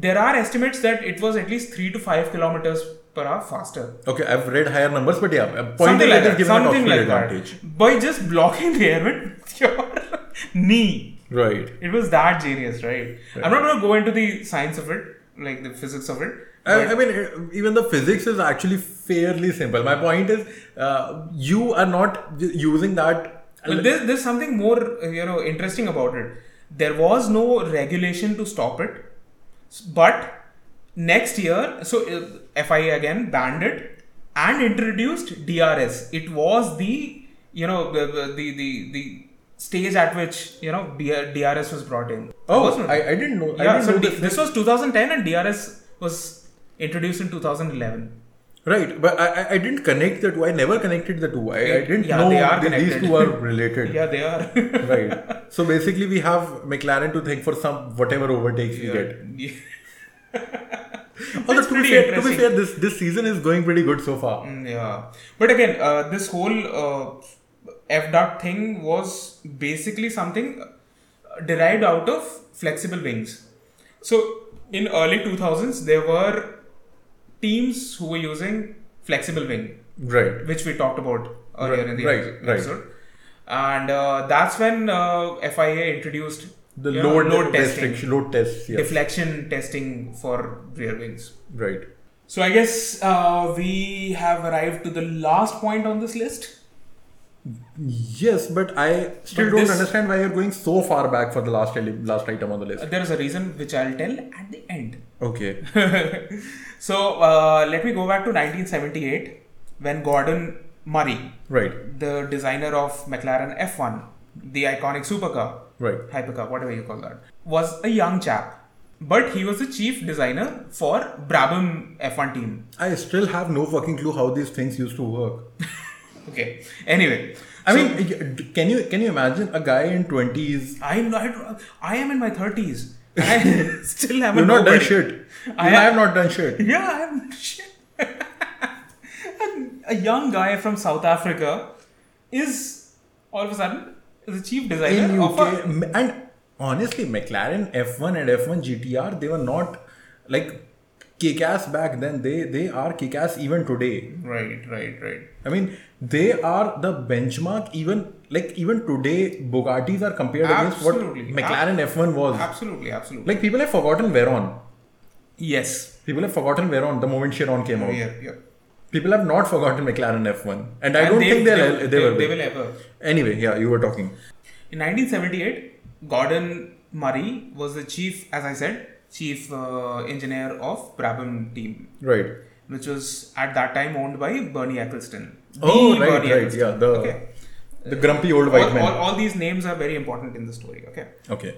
Speaker 2: there are estimates that it was at least three to five kilometers per hour faster.
Speaker 1: okay i've read higher numbers but yeah a point
Speaker 2: something
Speaker 1: is
Speaker 2: like
Speaker 1: it is
Speaker 2: that.
Speaker 1: given a top
Speaker 2: Something
Speaker 1: speed
Speaker 2: like
Speaker 1: advantage
Speaker 2: that. By just blocking the air with your knee,
Speaker 1: right
Speaker 2: it was that genius, right? I'm not going to go into the science of it, like the physics of it.
Speaker 1: I, I mean, uh, even the physics is actually fairly simple. My point is, uh, you are not j- using that.
Speaker 2: But there's, there's something more uh, you know interesting about it. There was no regulation to stop it, S- but next year, so uh, FIA again banned it and introduced DRS. It was the you know the the the, the, the stage at which you know D- DRS was brought in.
Speaker 1: Oh,
Speaker 2: Wasn't it?
Speaker 1: I, I didn't know. I
Speaker 2: yeah.
Speaker 1: didn't
Speaker 2: So
Speaker 1: know
Speaker 2: D-
Speaker 1: this.
Speaker 2: this was 2010 and DRS was introduced in 2011.
Speaker 1: Right, but I, I- I didn't connect the two. I never connected the two. I, I didn't
Speaker 2: Yeah,
Speaker 1: know
Speaker 2: they are
Speaker 1: th- these
Speaker 2: connected.
Speaker 1: two are related.
Speaker 2: Yeah, they are.
Speaker 1: Right. So basically, we have McLaren to thank for some whatever overtakes we get. Although
Speaker 2: That's
Speaker 1: to be
Speaker 2: pretty
Speaker 1: fair, to be
Speaker 2: interesting.
Speaker 1: fair, this this season is going pretty good so far.
Speaker 2: Mm, Yeah, but again, uh, this whole uh, F dot thing was basically something uh, derived out of flexible wings. So in early 2000s, there were teams who were using flexible wing,
Speaker 1: Right.
Speaker 2: which we talked about earlier
Speaker 1: Right,
Speaker 2: in the
Speaker 1: right,
Speaker 2: episode.
Speaker 1: right.
Speaker 2: And uh, that's when uh, FIA introduced
Speaker 1: The
Speaker 2: you know,
Speaker 1: load,
Speaker 2: load testing,
Speaker 1: restriction, load tests. Yeah.
Speaker 2: deflection testing for rear wings.
Speaker 1: right.
Speaker 2: So I guess uh, we have arrived to the last point on this list.
Speaker 1: Yes, but I still
Speaker 2: But
Speaker 1: don't
Speaker 2: this-
Speaker 1: understand why you're going so far back for the last ele- last item on the
Speaker 2: Uh,
Speaker 1: list.
Speaker 2: There is a reason which I'll tell at the end.
Speaker 1: Okay.
Speaker 2: so uh, let me go back to 1978 when Gordon Murray,
Speaker 1: Right.
Speaker 2: the designer of McLaren F1, the iconic supercar,
Speaker 1: Right.
Speaker 2: hypercar, whatever you call that, was a young chap. But he was the chief designer for Brabham F1 team.
Speaker 1: I still have no fucking clue how these things used to work.
Speaker 2: Okay. Anyway,
Speaker 1: I
Speaker 2: so-
Speaker 1: mean, y- can you can you imagine a guy in twenties?
Speaker 2: I'm not. I am in my thirties. I still haven't.
Speaker 1: You've not done
Speaker 2: nobody.
Speaker 1: shit.
Speaker 2: I
Speaker 1: I,
Speaker 2: am-
Speaker 1: have not done shit.
Speaker 2: Yeah, I am shit. a, a young guy from South Africa is all of a sudden the chief designer
Speaker 1: In
Speaker 2: of
Speaker 1: UK,
Speaker 2: a.
Speaker 1: m- and honestly, McLaren F1 and F1 GTR, they were not like kick-ass back then. They they are kick-ass even today.
Speaker 2: Right, right, right.
Speaker 1: I mean, they are the benchmark even like even today. Bugattis are compared
Speaker 2: Absolutely.
Speaker 1: against what McLaren F1 was.
Speaker 2: Absolutely, absolutely.
Speaker 1: Like people have forgotten Veyron.
Speaker 2: yes.
Speaker 1: People have forgotten Veyron the moment Chiron came out.
Speaker 2: Yeah, yeah.
Speaker 1: People have not forgotten McLaren F1, and I
Speaker 2: And
Speaker 1: don't
Speaker 2: they-
Speaker 1: think they'll,
Speaker 2: they,
Speaker 1: they, will.
Speaker 2: they will ever.
Speaker 1: Anyway, yeah, you were talking.
Speaker 2: In 1978, Gordon Murray was the chief, as I said, chief uh, engineer of Brabham team.
Speaker 1: Right.
Speaker 2: which was at that time owned by Bernie Ecclestone.
Speaker 1: Oh,
Speaker 2: The
Speaker 1: right,
Speaker 2: Bernie
Speaker 1: right,
Speaker 2: Ecclestone.
Speaker 1: yeah, the-
Speaker 2: okay.
Speaker 1: The grumpy old white
Speaker 2: all,
Speaker 1: man.
Speaker 2: all, all these names are very important in the story. Okay.
Speaker 1: Okay.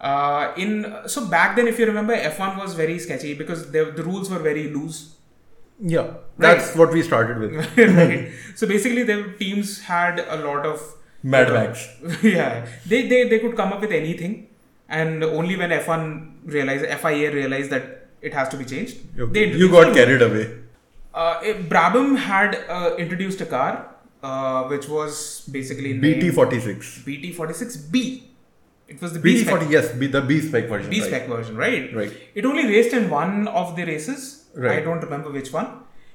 Speaker 2: Uh, in so back then, if you remember, F1 was very sketchy because the, the rules were very loose.
Speaker 1: Yeah. That's what we started with.
Speaker 2: right. So basically, the teams had a lot of
Speaker 1: Mad Max.
Speaker 2: yeah, they, they they could come up with anything, and only when F1 realized FIA realized that it has to be changed,
Speaker 1: You,
Speaker 2: they
Speaker 1: you
Speaker 2: introduced
Speaker 1: got
Speaker 2: rules.
Speaker 1: carried away.
Speaker 2: Uh, eh, Brabham had uh, introduced a car uh, which was basically named
Speaker 1: BT46.
Speaker 2: BT46B. It was the B spec,
Speaker 1: BT40, yes, B, the B spec version.
Speaker 2: B
Speaker 1: right.
Speaker 2: spec version, right?
Speaker 1: Right.
Speaker 2: It only raced in one of the races.
Speaker 1: Right.
Speaker 2: I don't remember which one,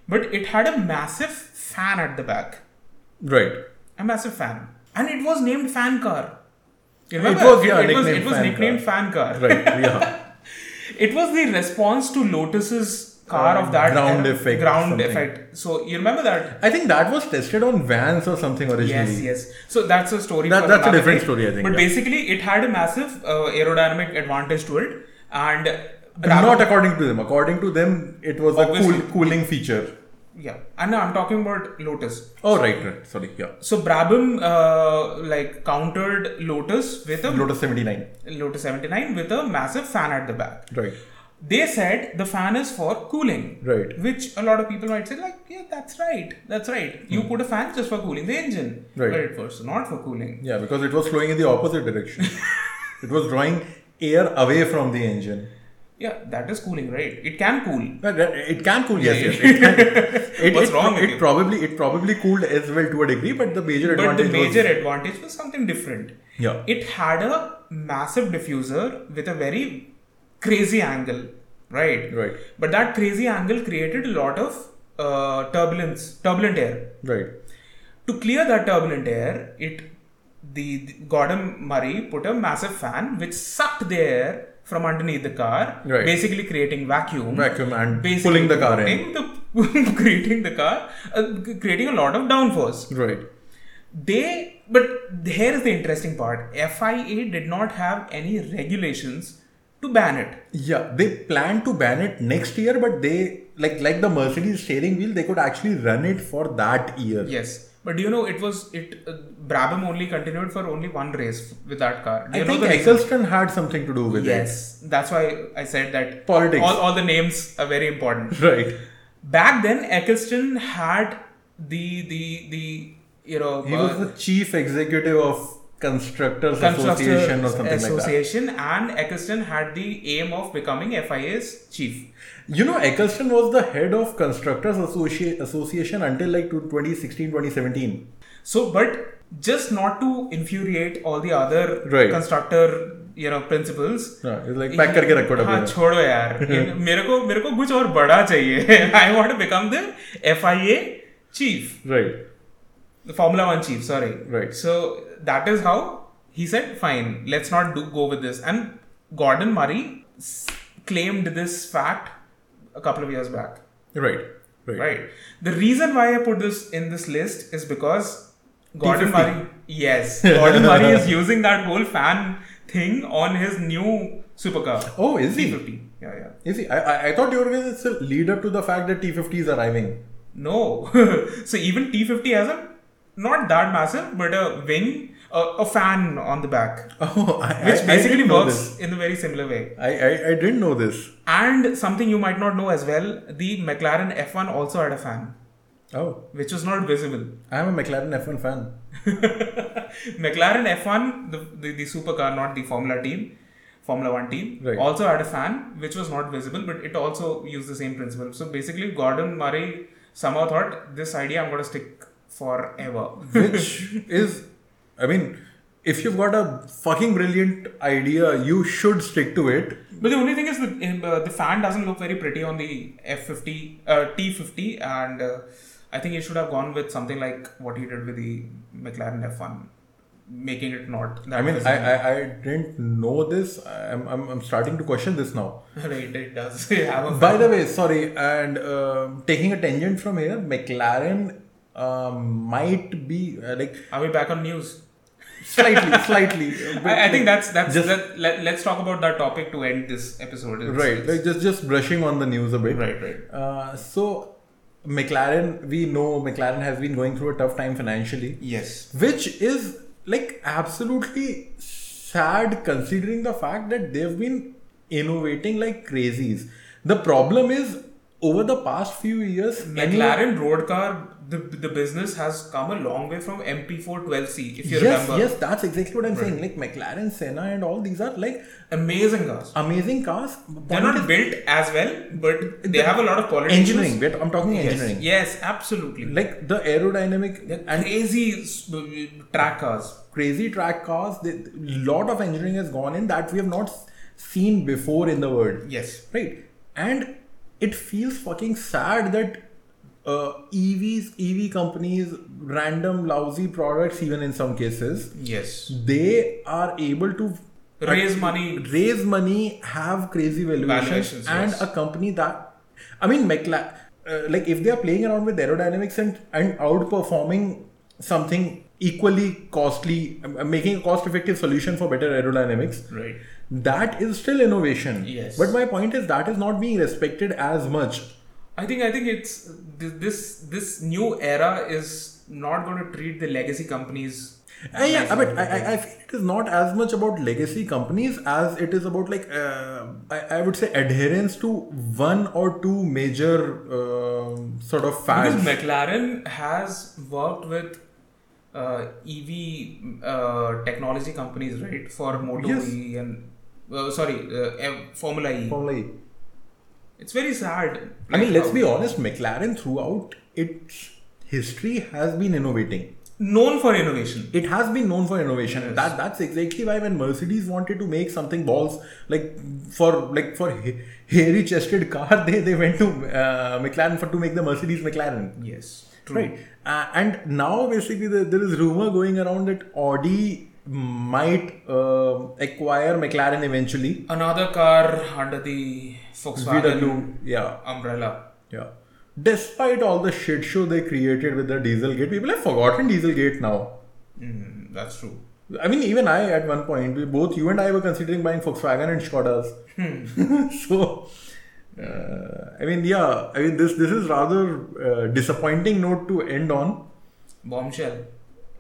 Speaker 2: but it had a massive fan at the back,
Speaker 1: Right.
Speaker 2: a massive fan, and it was named Fan Car. You remember?
Speaker 1: was, yeah,
Speaker 2: it, was,
Speaker 1: nicknamed
Speaker 2: it was
Speaker 1: Fan
Speaker 2: nicknamed Fan Car.
Speaker 1: Right. Yeah.
Speaker 2: It was the response to Lotus's car
Speaker 1: Uh,
Speaker 2: of that
Speaker 1: ground
Speaker 2: era-
Speaker 1: effect,
Speaker 2: Ground
Speaker 1: something.
Speaker 2: effect. So you remember that?
Speaker 1: I think that was tested on vans or something originally.
Speaker 2: Yes, yes. So that's a story.
Speaker 1: That-
Speaker 2: for
Speaker 1: that's a
Speaker 2: another
Speaker 1: different
Speaker 2: day.
Speaker 1: story, I think,
Speaker 2: But
Speaker 1: yeah.
Speaker 2: basically, it had a massive uh, aerodynamic advantage to it, and Brabham-
Speaker 1: Not according to them. According to them, it was a
Speaker 2: Obviously.
Speaker 1: cool, cooling feature.
Speaker 2: yeah. And now I'm talking about Lotus.
Speaker 1: Oh, right, right. Sorry. Yeah.
Speaker 2: So Brabham uh, like countered Lotus with a
Speaker 1: Lotus 79.
Speaker 2: Lotus 79 with a massive fan at the back.
Speaker 1: Right.
Speaker 2: They said the fan is for cooling,
Speaker 1: Right.
Speaker 2: Which a lot of people might say, like, yeah, that's right, that's right. You put a fan just for cooling the engine,
Speaker 1: Hmm. Right.
Speaker 2: But it was not for cooling.
Speaker 1: Yeah, because it was flowing in the opposite direction. it was drawing air away from the engine.
Speaker 2: Yeah, that is cooling, right? It can cool.
Speaker 1: But that- It can cool, yes, yes. It can. It,
Speaker 2: What's
Speaker 1: it,
Speaker 2: wrong with
Speaker 1: it
Speaker 2: you?
Speaker 1: probably it probably cooled as well to a degree, but the major
Speaker 2: But the
Speaker 1: advantage
Speaker 2: major
Speaker 1: was
Speaker 2: advantage was something different.
Speaker 1: yeah,
Speaker 2: It had a massive diffuser with a very crazy angle, right?
Speaker 1: Right.
Speaker 2: But that crazy angle created a lot of uh, turbulence, turbulent air.
Speaker 1: right,
Speaker 2: To clear that turbulent air, it the, the Gordon Murray put a massive fan which sucked the air from underneath the car,
Speaker 1: Right.
Speaker 2: basically creating vacuum.
Speaker 1: vacuum and
Speaker 2: Basically
Speaker 1: pulling the car in,
Speaker 2: creating the- creating the car, uh, creating a lot of downforce.
Speaker 1: right,
Speaker 2: They, but here is the interesting part. FIA did not have any regulations to ban it.
Speaker 1: yeah. They plan to ban it next year, but they like like the Mercedes steering wheel, they could actually run it for that year.
Speaker 2: Yes, but do you know it was it? Uh, Brabham only continued for only one race with that car. Do
Speaker 1: I
Speaker 2: you know
Speaker 1: think
Speaker 2: the reason?
Speaker 1: Eccleston had something to do with
Speaker 2: Yes, that's why I said that
Speaker 1: Politics.
Speaker 2: All, all the names are very important.
Speaker 1: it, right?
Speaker 2: Back then, Eccleston had the the the you know
Speaker 1: He
Speaker 2: uh,
Speaker 1: was the chief executive of Constructors
Speaker 2: Constructors
Speaker 1: Association or something like that.
Speaker 2: Association, and Eccleston had the aim of becoming FIA's chief.
Speaker 1: You know, Eccleston was the head of Constructors Associ- Association until like to 2016, 2017.
Speaker 2: So, but just not to infuriate all the other
Speaker 1: Right.
Speaker 2: constructor, you know, principles.
Speaker 1: Yeah, it's like pack करके रखो डब्बे
Speaker 2: हाँ,
Speaker 1: में।
Speaker 2: छोड़ो यार इन- मेरे को मेरे को कुछ और बड़ा चाहिए I want to become the FIA chief
Speaker 1: Right.
Speaker 2: the Formula One chief, sorry.
Speaker 1: Right.
Speaker 2: So that is how he said, fine, let's not do go with this. And Gordon Murray s- claimed this fact a couple of years back.
Speaker 1: Right. Right.
Speaker 2: Right. The reason why I put this in this list is because Gordon
Speaker 1: T50.
Speaker 2: Murray, yes, Gordon Murray is using that whole fan thing on his new supercar.
Speaker 1: Oh, is he?
Speaker 2: T50. Yeah, yeah.
Speaker 1: Is he? I, I, I thought you were going to lead up to the fact that T50 is arriving.
Speaker 2: No. so even T50 has a not that massive, but a wing, a, a fan on the back.
Speaker 1: Oh, I,
Speaker 2: which
Speaker 1: I- I
Speaker 2: basically
Speaker 1: didn't know this.
Speaker 2: works in a very similar way.
Speaker 1: I, I, I didn't know this.
Speaker 2: And something you might not know as well, the McLaren F1 also had a fan,
Speaker 1: Oh,
Speaker 2: which was not visible.
Speaker 1: I'm a McLaren F1 fan.
Speaker 2: McLaren F1, the, the, the supercar, not the Formula team, Formula 1 team,
Speaker 1: Right.
Speaker 2: also had a fan, which was not visible, but it also used the same principle. So basically, Gordon Murray somehow thought, this idea I'm going to stick forever.
Speaker 1: Which is, I mean, if you've got a fucking brilliant idea, you should stick to it.
Speaker 2: But the only thing is the uh, the fan doesn't look very pretty on the F50 uh, T50, and uh, I think he should have gone with something like what he did with the McLaren F1, making it not. That
Speaker 1: I mean, I,
Speaker 2: visible.
Speaker 1: I, I didn't know this. I'm, I'm, I'm starting to question this now.
Speaker 2: right, it does have a.
Speaker 1: By the way, sorry, and um taking a tangent from here, McLaren um, might be uh, like
Speaker 2: Are we back on news?
Speaker 1: slightly, slightly. a bit
Speaker 2: I, I
Speaker 1: like-
Speaker 2: think that's that's
Speaker 1: just-
Speaker 2: that, let, let's talk about that topic to end this episode. It's-
Speaker 1: right.
Speaker 2: it's-
Speaker 1: Like just just brushing on the news a bit.
Speaker 2: Right, right.
Speaker 1: Uh, so McLaren, we know McLaren has been going through a tough time financially,
Speaker 2: Yes.
Speaker 1: which is like absolutely sad considering the fact that they've been innovating like crazies. The problem is over the past few years, any-
Speaker 2: McLaren road car, the, the business has come a long way from MP4 12C, if you
Speaker 1: Yes,
Speaker 2: remember.
Speaker 1: yes, that's exactly what I'm saying. Like McLaren, Senna, and all these are like
Speaker 2: Amazing cars.
Speaker 1: amazing cars.
Speaker 2: They're not built as well, but they have a lot of quality.
Speaker 1: engineering.
Speaker 2: issues.
Speaker 1: Wait, I'm talking
Speaker 2: Yes,
Speaker 1: engineering.
Speaker 2: Yes, absolutely.
Speaker 1: Like the aerodynamic and
Speaker 2: crazy s- b- b- track cars.
Speaker 1: crazy track cars, a lot of engineering has gone in that we have not s- seen before in the world.
Speaker 2: Yes.
Speaker 1: Right. And it feels fucking sad that uh, EVs, EV companies, random lousy products, even in some cases,
Speaker 2: Yes.
Speaker 1: they are able to
Speaker 2: Raise money.
Speaker 1: raise money, have crazy valuations,
Speaker 2: Valuations,
Speaker 1: and
Speaker 2: yes.
Speaker 1: a company that, I mean, McLaren, uh, like if they are playing around with aerodynamics and and outperforming something equally costly, uh, making a cost-effective solution for better aerodynamics,
Speaker 2: Right.
Speaker 1: that is still innovation.
Speaker 2: Yes.
Speaker 1: But my point is that is not being respected as much.
Speaker 2: I think I think it's th- this this new era is not going to treat the legacy companies.
Speaker 1: Uh, yeah, but I, I, I feel it is not as much about legacy companies as it is about like uh, I, I would say adherence to one or two major um sort of fads.
Speaker 2: Because McLaren has worked with uh, EV uh, technology companies, right, for Moto
Speaker 1: Yes.
Speaker 2: E and uh, sorry, uh, F- Formula E.
Speaker 1: Formula E.
Speaker 2: It's very sad.
Speaker 1: I mean,
Speaker 2: like
Speaker 1: let's
Speaker 2: how-
Speaker 1: be honest. McLaren throughout its history has been innovating.
Speaker 2: known for innovation.
Speaker 1: It has been known for innovation. That that's exactly why when Mercedes wanted to make something balls like for like for ha- hairy-chested car, they they went to uh, McLaren for to make the Mercedes McLaren.
Speaker 2: Yes.
Speaker 1: Right. Uh, and now basically there, there is rumor going around that Audi might uh, acquire McLaren eventually.
Speaker 2: Another car under the Volkswagen
Speaker 1: VW. Yeah.
Speaker 2: umbrella.
Speaker 1: Yeah. Despite all the shit show they created with the Dieselgate, people have forgotten Dieselgate now.
Speaker 2: Mm, that's true.
Speaker 1: I mean, even I at one point, we both you and I were considering buying Volkswagen and Skodas. so, uh, I mean, yeah, I mean this this is rather uh, disappointing note to end on.
Speaker 2: Bombshell.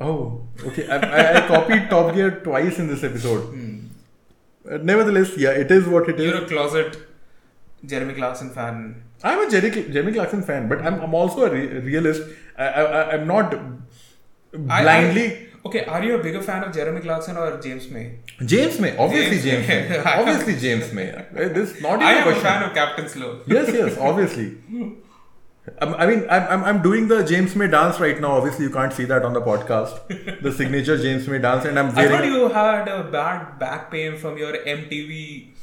Speaker 1: Oh, okay. I, I, I copied Top Gear twice in this episode.
Speaker 2: Hmm.
Speaker 1: Uh, nevertheless, yeah, it is what it is.
Speaker 2: You're a closet Jeremy Clarkson fan.
Speaker 1: I'm a Jerry, Cl- Jeremy Clarkson fan, but I'm, I'm also a re- realist. I, I, I- I'm not
Speaker 2: I-
Speaker 1: blindly.
Speaker 2: I- okay, are you a bigger fan of Jeremy Clarkson or James May?
Speaker 1: James May, obviously
Speaker 2: James
Speaker 1: James,
Speaker 2: May.
Speaker 1: May, obviously James May. Uh, This not even
Speaker 2: I
Speaker 1: a
Speaker 2: am a
Speaker 1: question.
Speaker 2: fan of Captain Slow.
Speaker 1: yes, yes, obviously. I'm- I mean, I'm, I'm, I'm doing the James May dance right now. Obviously, you can't see that on the podcast. The signature James May dance, and I'm
Speaker 2: I
Speaker 1: wearing
Speaker 2: thought you had a bad back pain from your MTV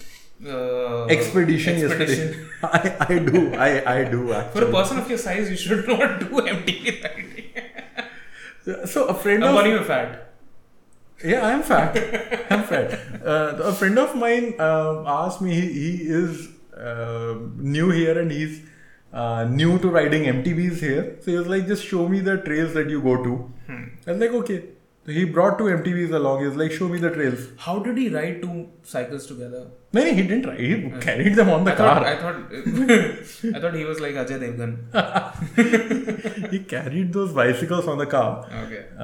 Speaker 2: uh,
Speaker 1: expedition,
Speaker 2: expedition.
Speaker 1: yesterday. I, I do, I, I do actually.
Speaker 2: For a person of your size, you should not do MTV riding.
Speaker 1: So a friend
Speaker 2: I'm
Speaker 1: of
Speaker 2: calling you fat.
Speaker 1: yeah, I'm fat. I'm fat. Uh, a friend of mine uh, asked me. He, he is uh, new here and he's uh, new to riding MTBs here. So he was like, just show me the trails that you go to.
Speaker 2: Hmm.
Speaker 1: I was like, okay. So he brought two MTBs along. He was like, show me the trails.
Speaker 2: How did he ride two cycles together?
Speaker 1: No, no, he didn't ride. He carried them on the
Speaker 2: Hmm. I
Speaker 1: car.
Speaker 2: thought, I thought, I thought he was like Ajay Devgan.
Speaker 1: he carried those bicycles on the car.
Speaker 2: Okay.
Speaker 1: Uh,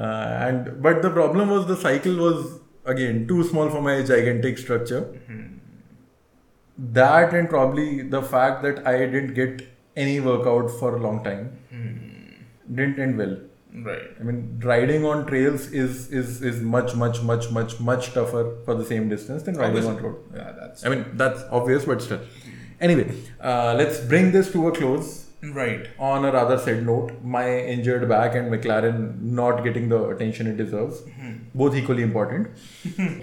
Speaker 1: and but the problem was the cycle was again too small for my gigantic structure. That and probably the fact that I didn't get any workout for a long time didn't end well.
Speaker 2: Right.
Speaker 1: I mean, riding on trails is is is much much much much much tougher for the same distance than riding on
Speaker 2: Obviously.
Speaker 1: road.
Speaker 2: Yeah, that's
Speaker 1: I mean, that's obvious, but still. Anyway, uh, let's bring this to a close
Speaker 2: right.
Speaker 1: on a rather sad note, my injured back and McLaren not getting the attention it deserves, both equally important.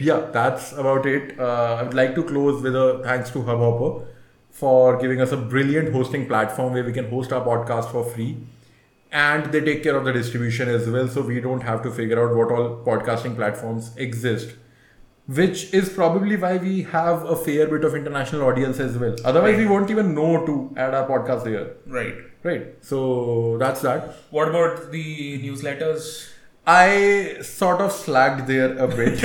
Speaker 1: yeah, that's about it. Uh, I would like to close with a thanks to Hubhopper for giving us a brilliant hosting platform where we can host our podcast for free. And they take care of the distribution as well, so we don't have to figure out what all podcasting platforms exist. Which is probably why we have a fair bit of international audience as well. Otherwise, we won't even know to add our podcast there.
Speaker 2: Right.
Speaker 1: Right. So that's that.
Speaker 2: What about the newsletters?
Speaker 1: I sort of slacked there a bit,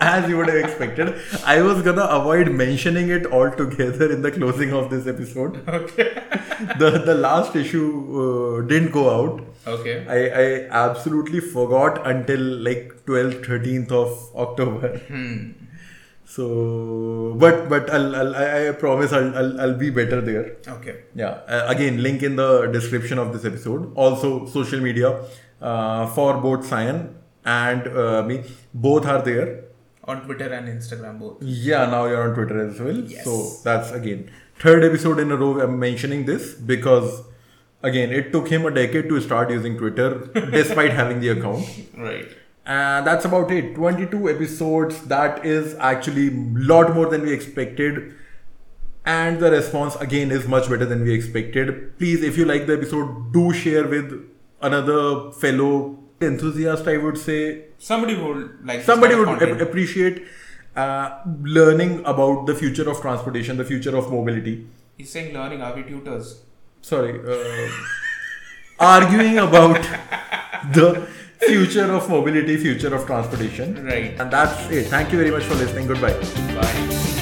Speaker 1: as you would have expected. I was gonna avoid mentioning it altogether in the closing of this episode.
Speaker 2: Okay.
Speaker 1: The the last issue uh, didn't go out.
Speaker 2: Okay.
Speaker 1: I, I absolutely forgot until like 12th, 13th of October. So, but but I'll, I'll I I promise I'll, I'll I'll be better there.
Speaker 2: Okay.
Speaker 1: Yeah. Uh, again, link in the description of this episode. Also, social media uh, for both Cyan and uh, me. Both are there.
Speaker 2: On Twitter and Instagram both.
Speaker 1: Yeah, now you're on Twitter as well.
Speaker 2: Yes.
Speaker 1: So that's again third episode in a row I'm mentioning this because again it took him a decade to start using Twitter despite having the account.
Speaker 2: Right.
Speaker 1: And that's about it. 22 episodes. That is actually lot more than we expected. And the response again is much better than we expected. Please, if you like the episode, do share with another fellow enthusiast, I would say,
Speaker 2: Somebody would like. this
Speaker 1: somebody
Speaker 2: kind
Speaker 1: would
Speaker 2: of
Speaker 1: ap-
Speaker 2: content.
Speaker 1: appreciate uh, learning about the future of transportation, the future of mobility.
Speaker 2: He's saying learning. Are we tutors?
Speaker 1: Sorry, uh, arguing about the future of mobility, future of transportation.
Speaker 2: Right.
Speaker 1: And that's it. Thank you very much for listening. Goodbye.
Speaker 2: Bye.